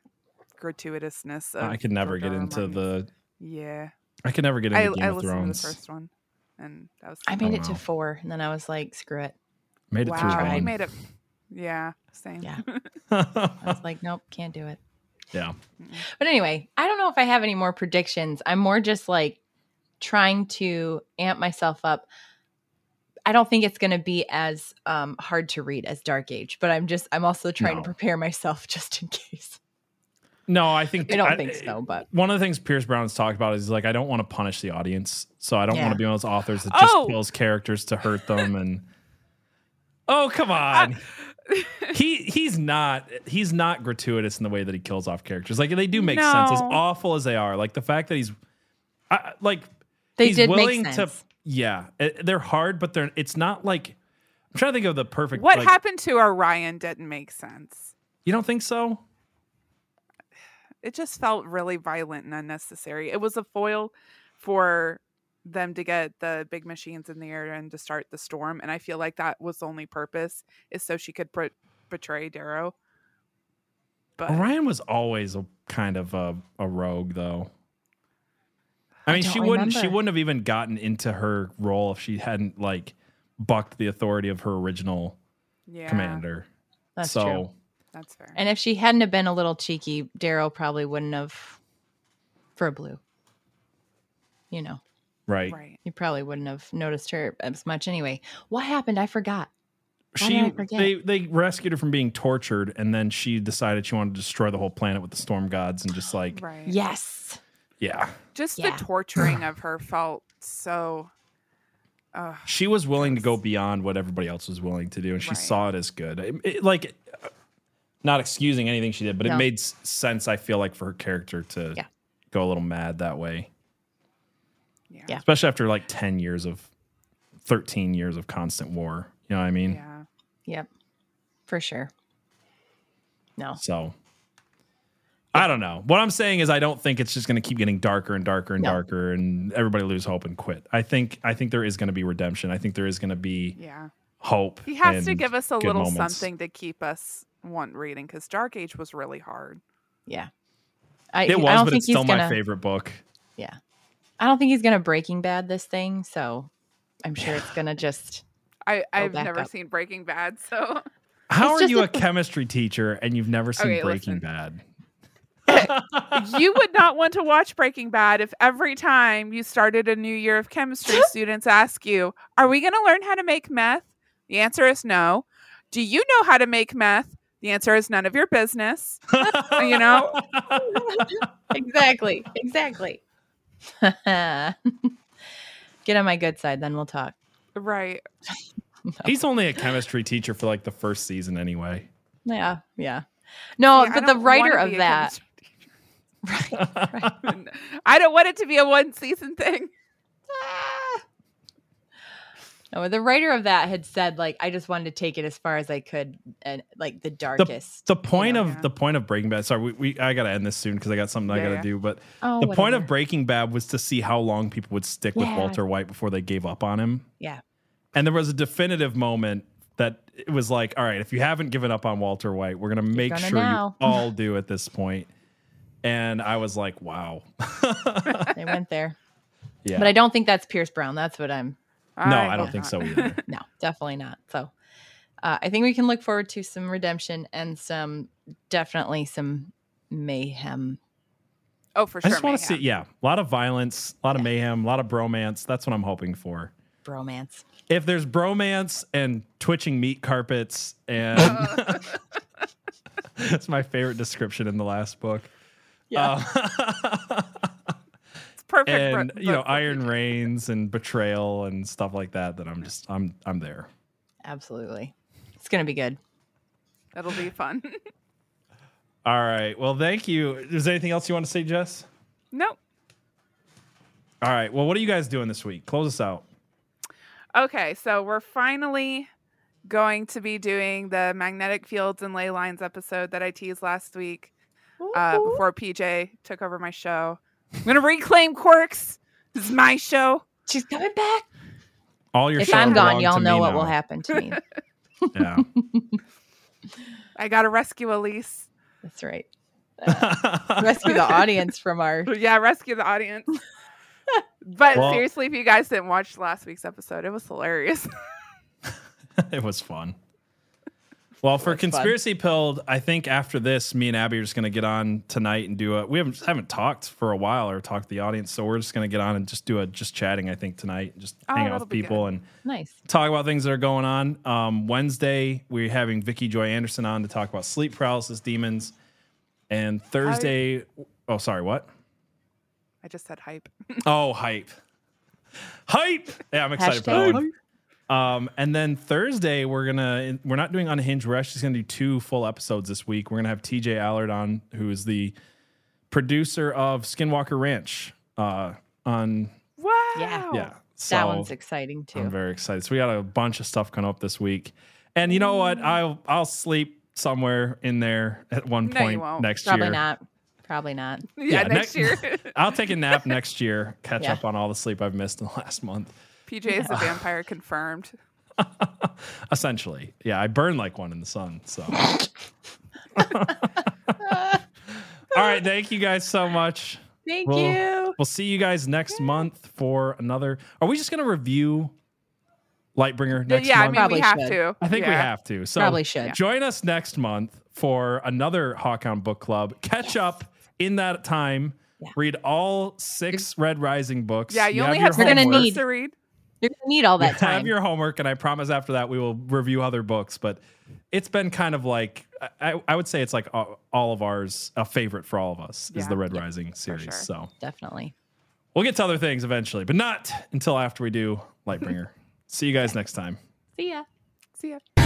gratuitousness. Of
I could never
George
get
R. R.
into
Martin's-
the.
Yeah,
I could never get
I,
into Game
I
of
listened
Thrones.
to the first one, and that was.
I
the-
made
Oh,
it to
wow.
four, and then I was like, screw it.
Made it
wow,
through
we
one.
made it. Yeah, same.
Yeah. I
yeah.
was like, nope, can't do it.
Mm-mm.
But anyway, I don't know if I have any more predictions. I'm more just like trying to amp myself up. I don't think it's going to be as um, hard to read as Dark Age, but I'm just, I'm also trying
No.
to prepare myself just in case.
No, I eh, think
I don't think so, but
One of the things Pierce Brown's talked about is like I don't want to punish the audience, so I don't
Yeah.
want to be one of those authors that just
Oh!
kills characters to hurt them. And oh come on, he he's not he's not gratuitous in the way that he kills off characters. Like they do make sense, as
No.
awful as they are. Like the fact that he's I- I, like
they
he's
did
willing
make sense.
to yeah, it- they're hard, but they're it's not like I'm trying to think of the perfect.
What
like-
happened to Orion didn't make sense.
You don't think so?
It just felt really violent and unnecessary. It was a foil for them to get the big machines in the air and to start the storm, and I feel like that was the only purpose is so she could pr- betray Darrow. But
Orion was always a kind of a, a rogue though. I mean,
don't
she wouldn't she
remember.
wouldn't have even gotten into her role if she hadn't like bucked the authority of her original
yeah,
commander.
That's
so
true.
that's fair.
And if she hadn't have been a little cheeky, Darrow probably wouldn't have for a blue. You know,
right.
right.
you probably wouldn't have noticed her as much anyway. What happened? I forgot. Why did I
She
forget?
they they rescued her from being tortured and then she decided she wanted to destroy the whole planet with the storm gods and just like
Right.
Yes.
yeah.
Just
Yeah.
the torturing of her felt so. Uh,
She was willing to go beyond what everybody else was willing to do and she
Right.
saw it as good. It- it- like uh, not excusing anything she did, but it
No.
made s- sense I feel like for her character to
Yeah.
go a little mad that way.
yeah.
Yeah.
especially after like 10 years of 13 years of constant war you know what i mean
Yeah.
Yep, for sure. No.
So I don't know. What I'm saying is I don't think it's just going to keep getting darker and darker and
No.
darker and everybody lose hope and quit. I think I think there is going to be redemption. I think there is going to be
Yeah.
hope.
He has to
and
give us a
good
little
moments.
something to keep us want reading because Dark Age was really hard.
Yeah. I,
It
I don't
was, but
think
it's
he's
still
gonna,
my favorite book.
I don't think he's gonna Breaking Bad this thing, so I'm sure it's gonna just.
I, I've
back
never
up.
seen Breaking Bad, so
How
It's
are
just
you
a-
a chemistry teacher and you've never seen
Okay,
Breaking
listen.
Bad?
you would not want to watch Breaking Bad if every time you started a new year of chemistry, students ask you, Are we going to learn how to make meth? The answer is no. Do you know how to make meth? The answer is none of your business. You know?
exactly. Exactly. Get on my good side, then we'll talk.
Right.
He's only a chemistry teacher for like the first season anyway.
Yeah. Yeah. No,
Yeah, I
Oh, but the
don't wanna
writer of
be a
that. Right.
chemistry- I don't want it to be a one season thing.
No, the writer of that had said like I just wanted to take it as far as I could and like the darkest.
The point
Yeah.
of
Yeah.
the point of Breaking Bad. Sorry, we, we I gotta end this soon because I got something I
Yeah,
gotta
yeah.
do. But
oh,
the point of
whatever.
Breaking Bad was to see how long people would stick with
Yeah.
Walter White before they gave up on him.
Yeah.
And there was a definitive moment that it was like, all right, if you haven't given up on Walter White, we're gonna make
gonna
sure
now.
you all do at this point. And I was like, wow.
they went there,
yeah.
but I don't think that's Pierce Brown. That's what I'm.
no,
I
I don't
hope
think
not.
so either.
No, definitely not. So, uh, I think we can look forward to some redemption and some definitely some mayhem.
Oh, for
I
sure.
just want to see,
mayhem.
yeah, a lot of violence, a lot of
Yeah.
mayhem, a lot of bromance. That's what I'm hoping for.
Bromance.
If there's bromance and twitching meat carpets, and that's my favorite description in the last book. Uh,
It's perfect. bro-
and you know,
book for
Iron Reigns and betrayal and stuff like that. That I'm just, I'm, I'm there.
Absolutely. It's going to be good.
future. It'll be fun.
All right. Well, thank you. Is there anything else you want to say, Jess?
nope.
All right. Well, what are you guys doing this week? Close us out.
Okay, so we're finally going to be doing the magnetic fields and ley lines episode that I teased last week uh, before PJ took over my show. I'm gonna reclaim quirks. This is my show.
She's coming back.
All your
if
shows
I'm
belong
gone, y'all
to
know
me
what
now.
will happen to me.
I gotta rescue Elise.
That's right.
Yeah.
Rescue the audience from our.
Yeah, rescue the audience. But
Well-
seriously, if you guys didn't watch last week's episode, it was hilarious.
it was fun. Well, for
was fun.
conspiracy pilled, I think after this, me and Abby are just going to get on tonight and do a. We haven't haven't talked for a while or talked to the audience, so we're just going to get on and just do a just chatting. I think tonight, just
Oh,
hang out
that'll
with
be
people
good.
and
Nice.
talk about things that are going on. Um, Wednesday, we're having Vicky Joy Anderson on to talk about sleep paralysis demons, and Thursday. oh, sorry, what?
I just said hype.
Oh, hype. Hype. Yeah, I'm excited for
Hashtag
that one. Um, and then Thursday we're gonna we're not doing unhinged. We're actually gonna do two full episodes this week. We're gonna have TJ Allard on, who is the producer of Skinwalker Ranch. Uh, on
Wow.
Yeah.
yeah, so
Oh, that one's exciting too.
I'm very excited. So we got a bunch of stuff coming up this week. And you know what?
Mm.
I'll I'll sleep somewhere in there at one
No, you
point
won't.
next
Probably
year.
not. Probably not.
Yeah,
Yeah,
next year.
next- I'll take a nap next year, catch
Yeah.
up on all the sleep I've missed in the last month.
PJ is a vampire confirmed.
essentially. Yeah, I burn like one in the sun. So. All right, thank you guys so much.
Thank
Well,
you.
We'll see you guys next month for another. Are we just gonna review Lightbringer next
yeah,
month?
I mean
Probably
we have
should.
to.
I think we
Yeah.
have to. So
Probably should.
join us next month for another Hawkhound Book Club. Catch up in that time.
Yeah.
Read all six Red Rising books.
Yeah, you, only
your
have
We're
six
gonna
books
need-
to read.
You're gonna need all
You
that
Have
time.
your homework, and I promise after that we will review other books. But it's been kind of like I, I- I would say it's like all all of ours a favorite for all of us is
Yeah.
the Red Rising series.
sure.
So
Definitely.
we'll get to other things eventually, but not until after we do Lightbringer. See you guys next time.
See ya.
See ya.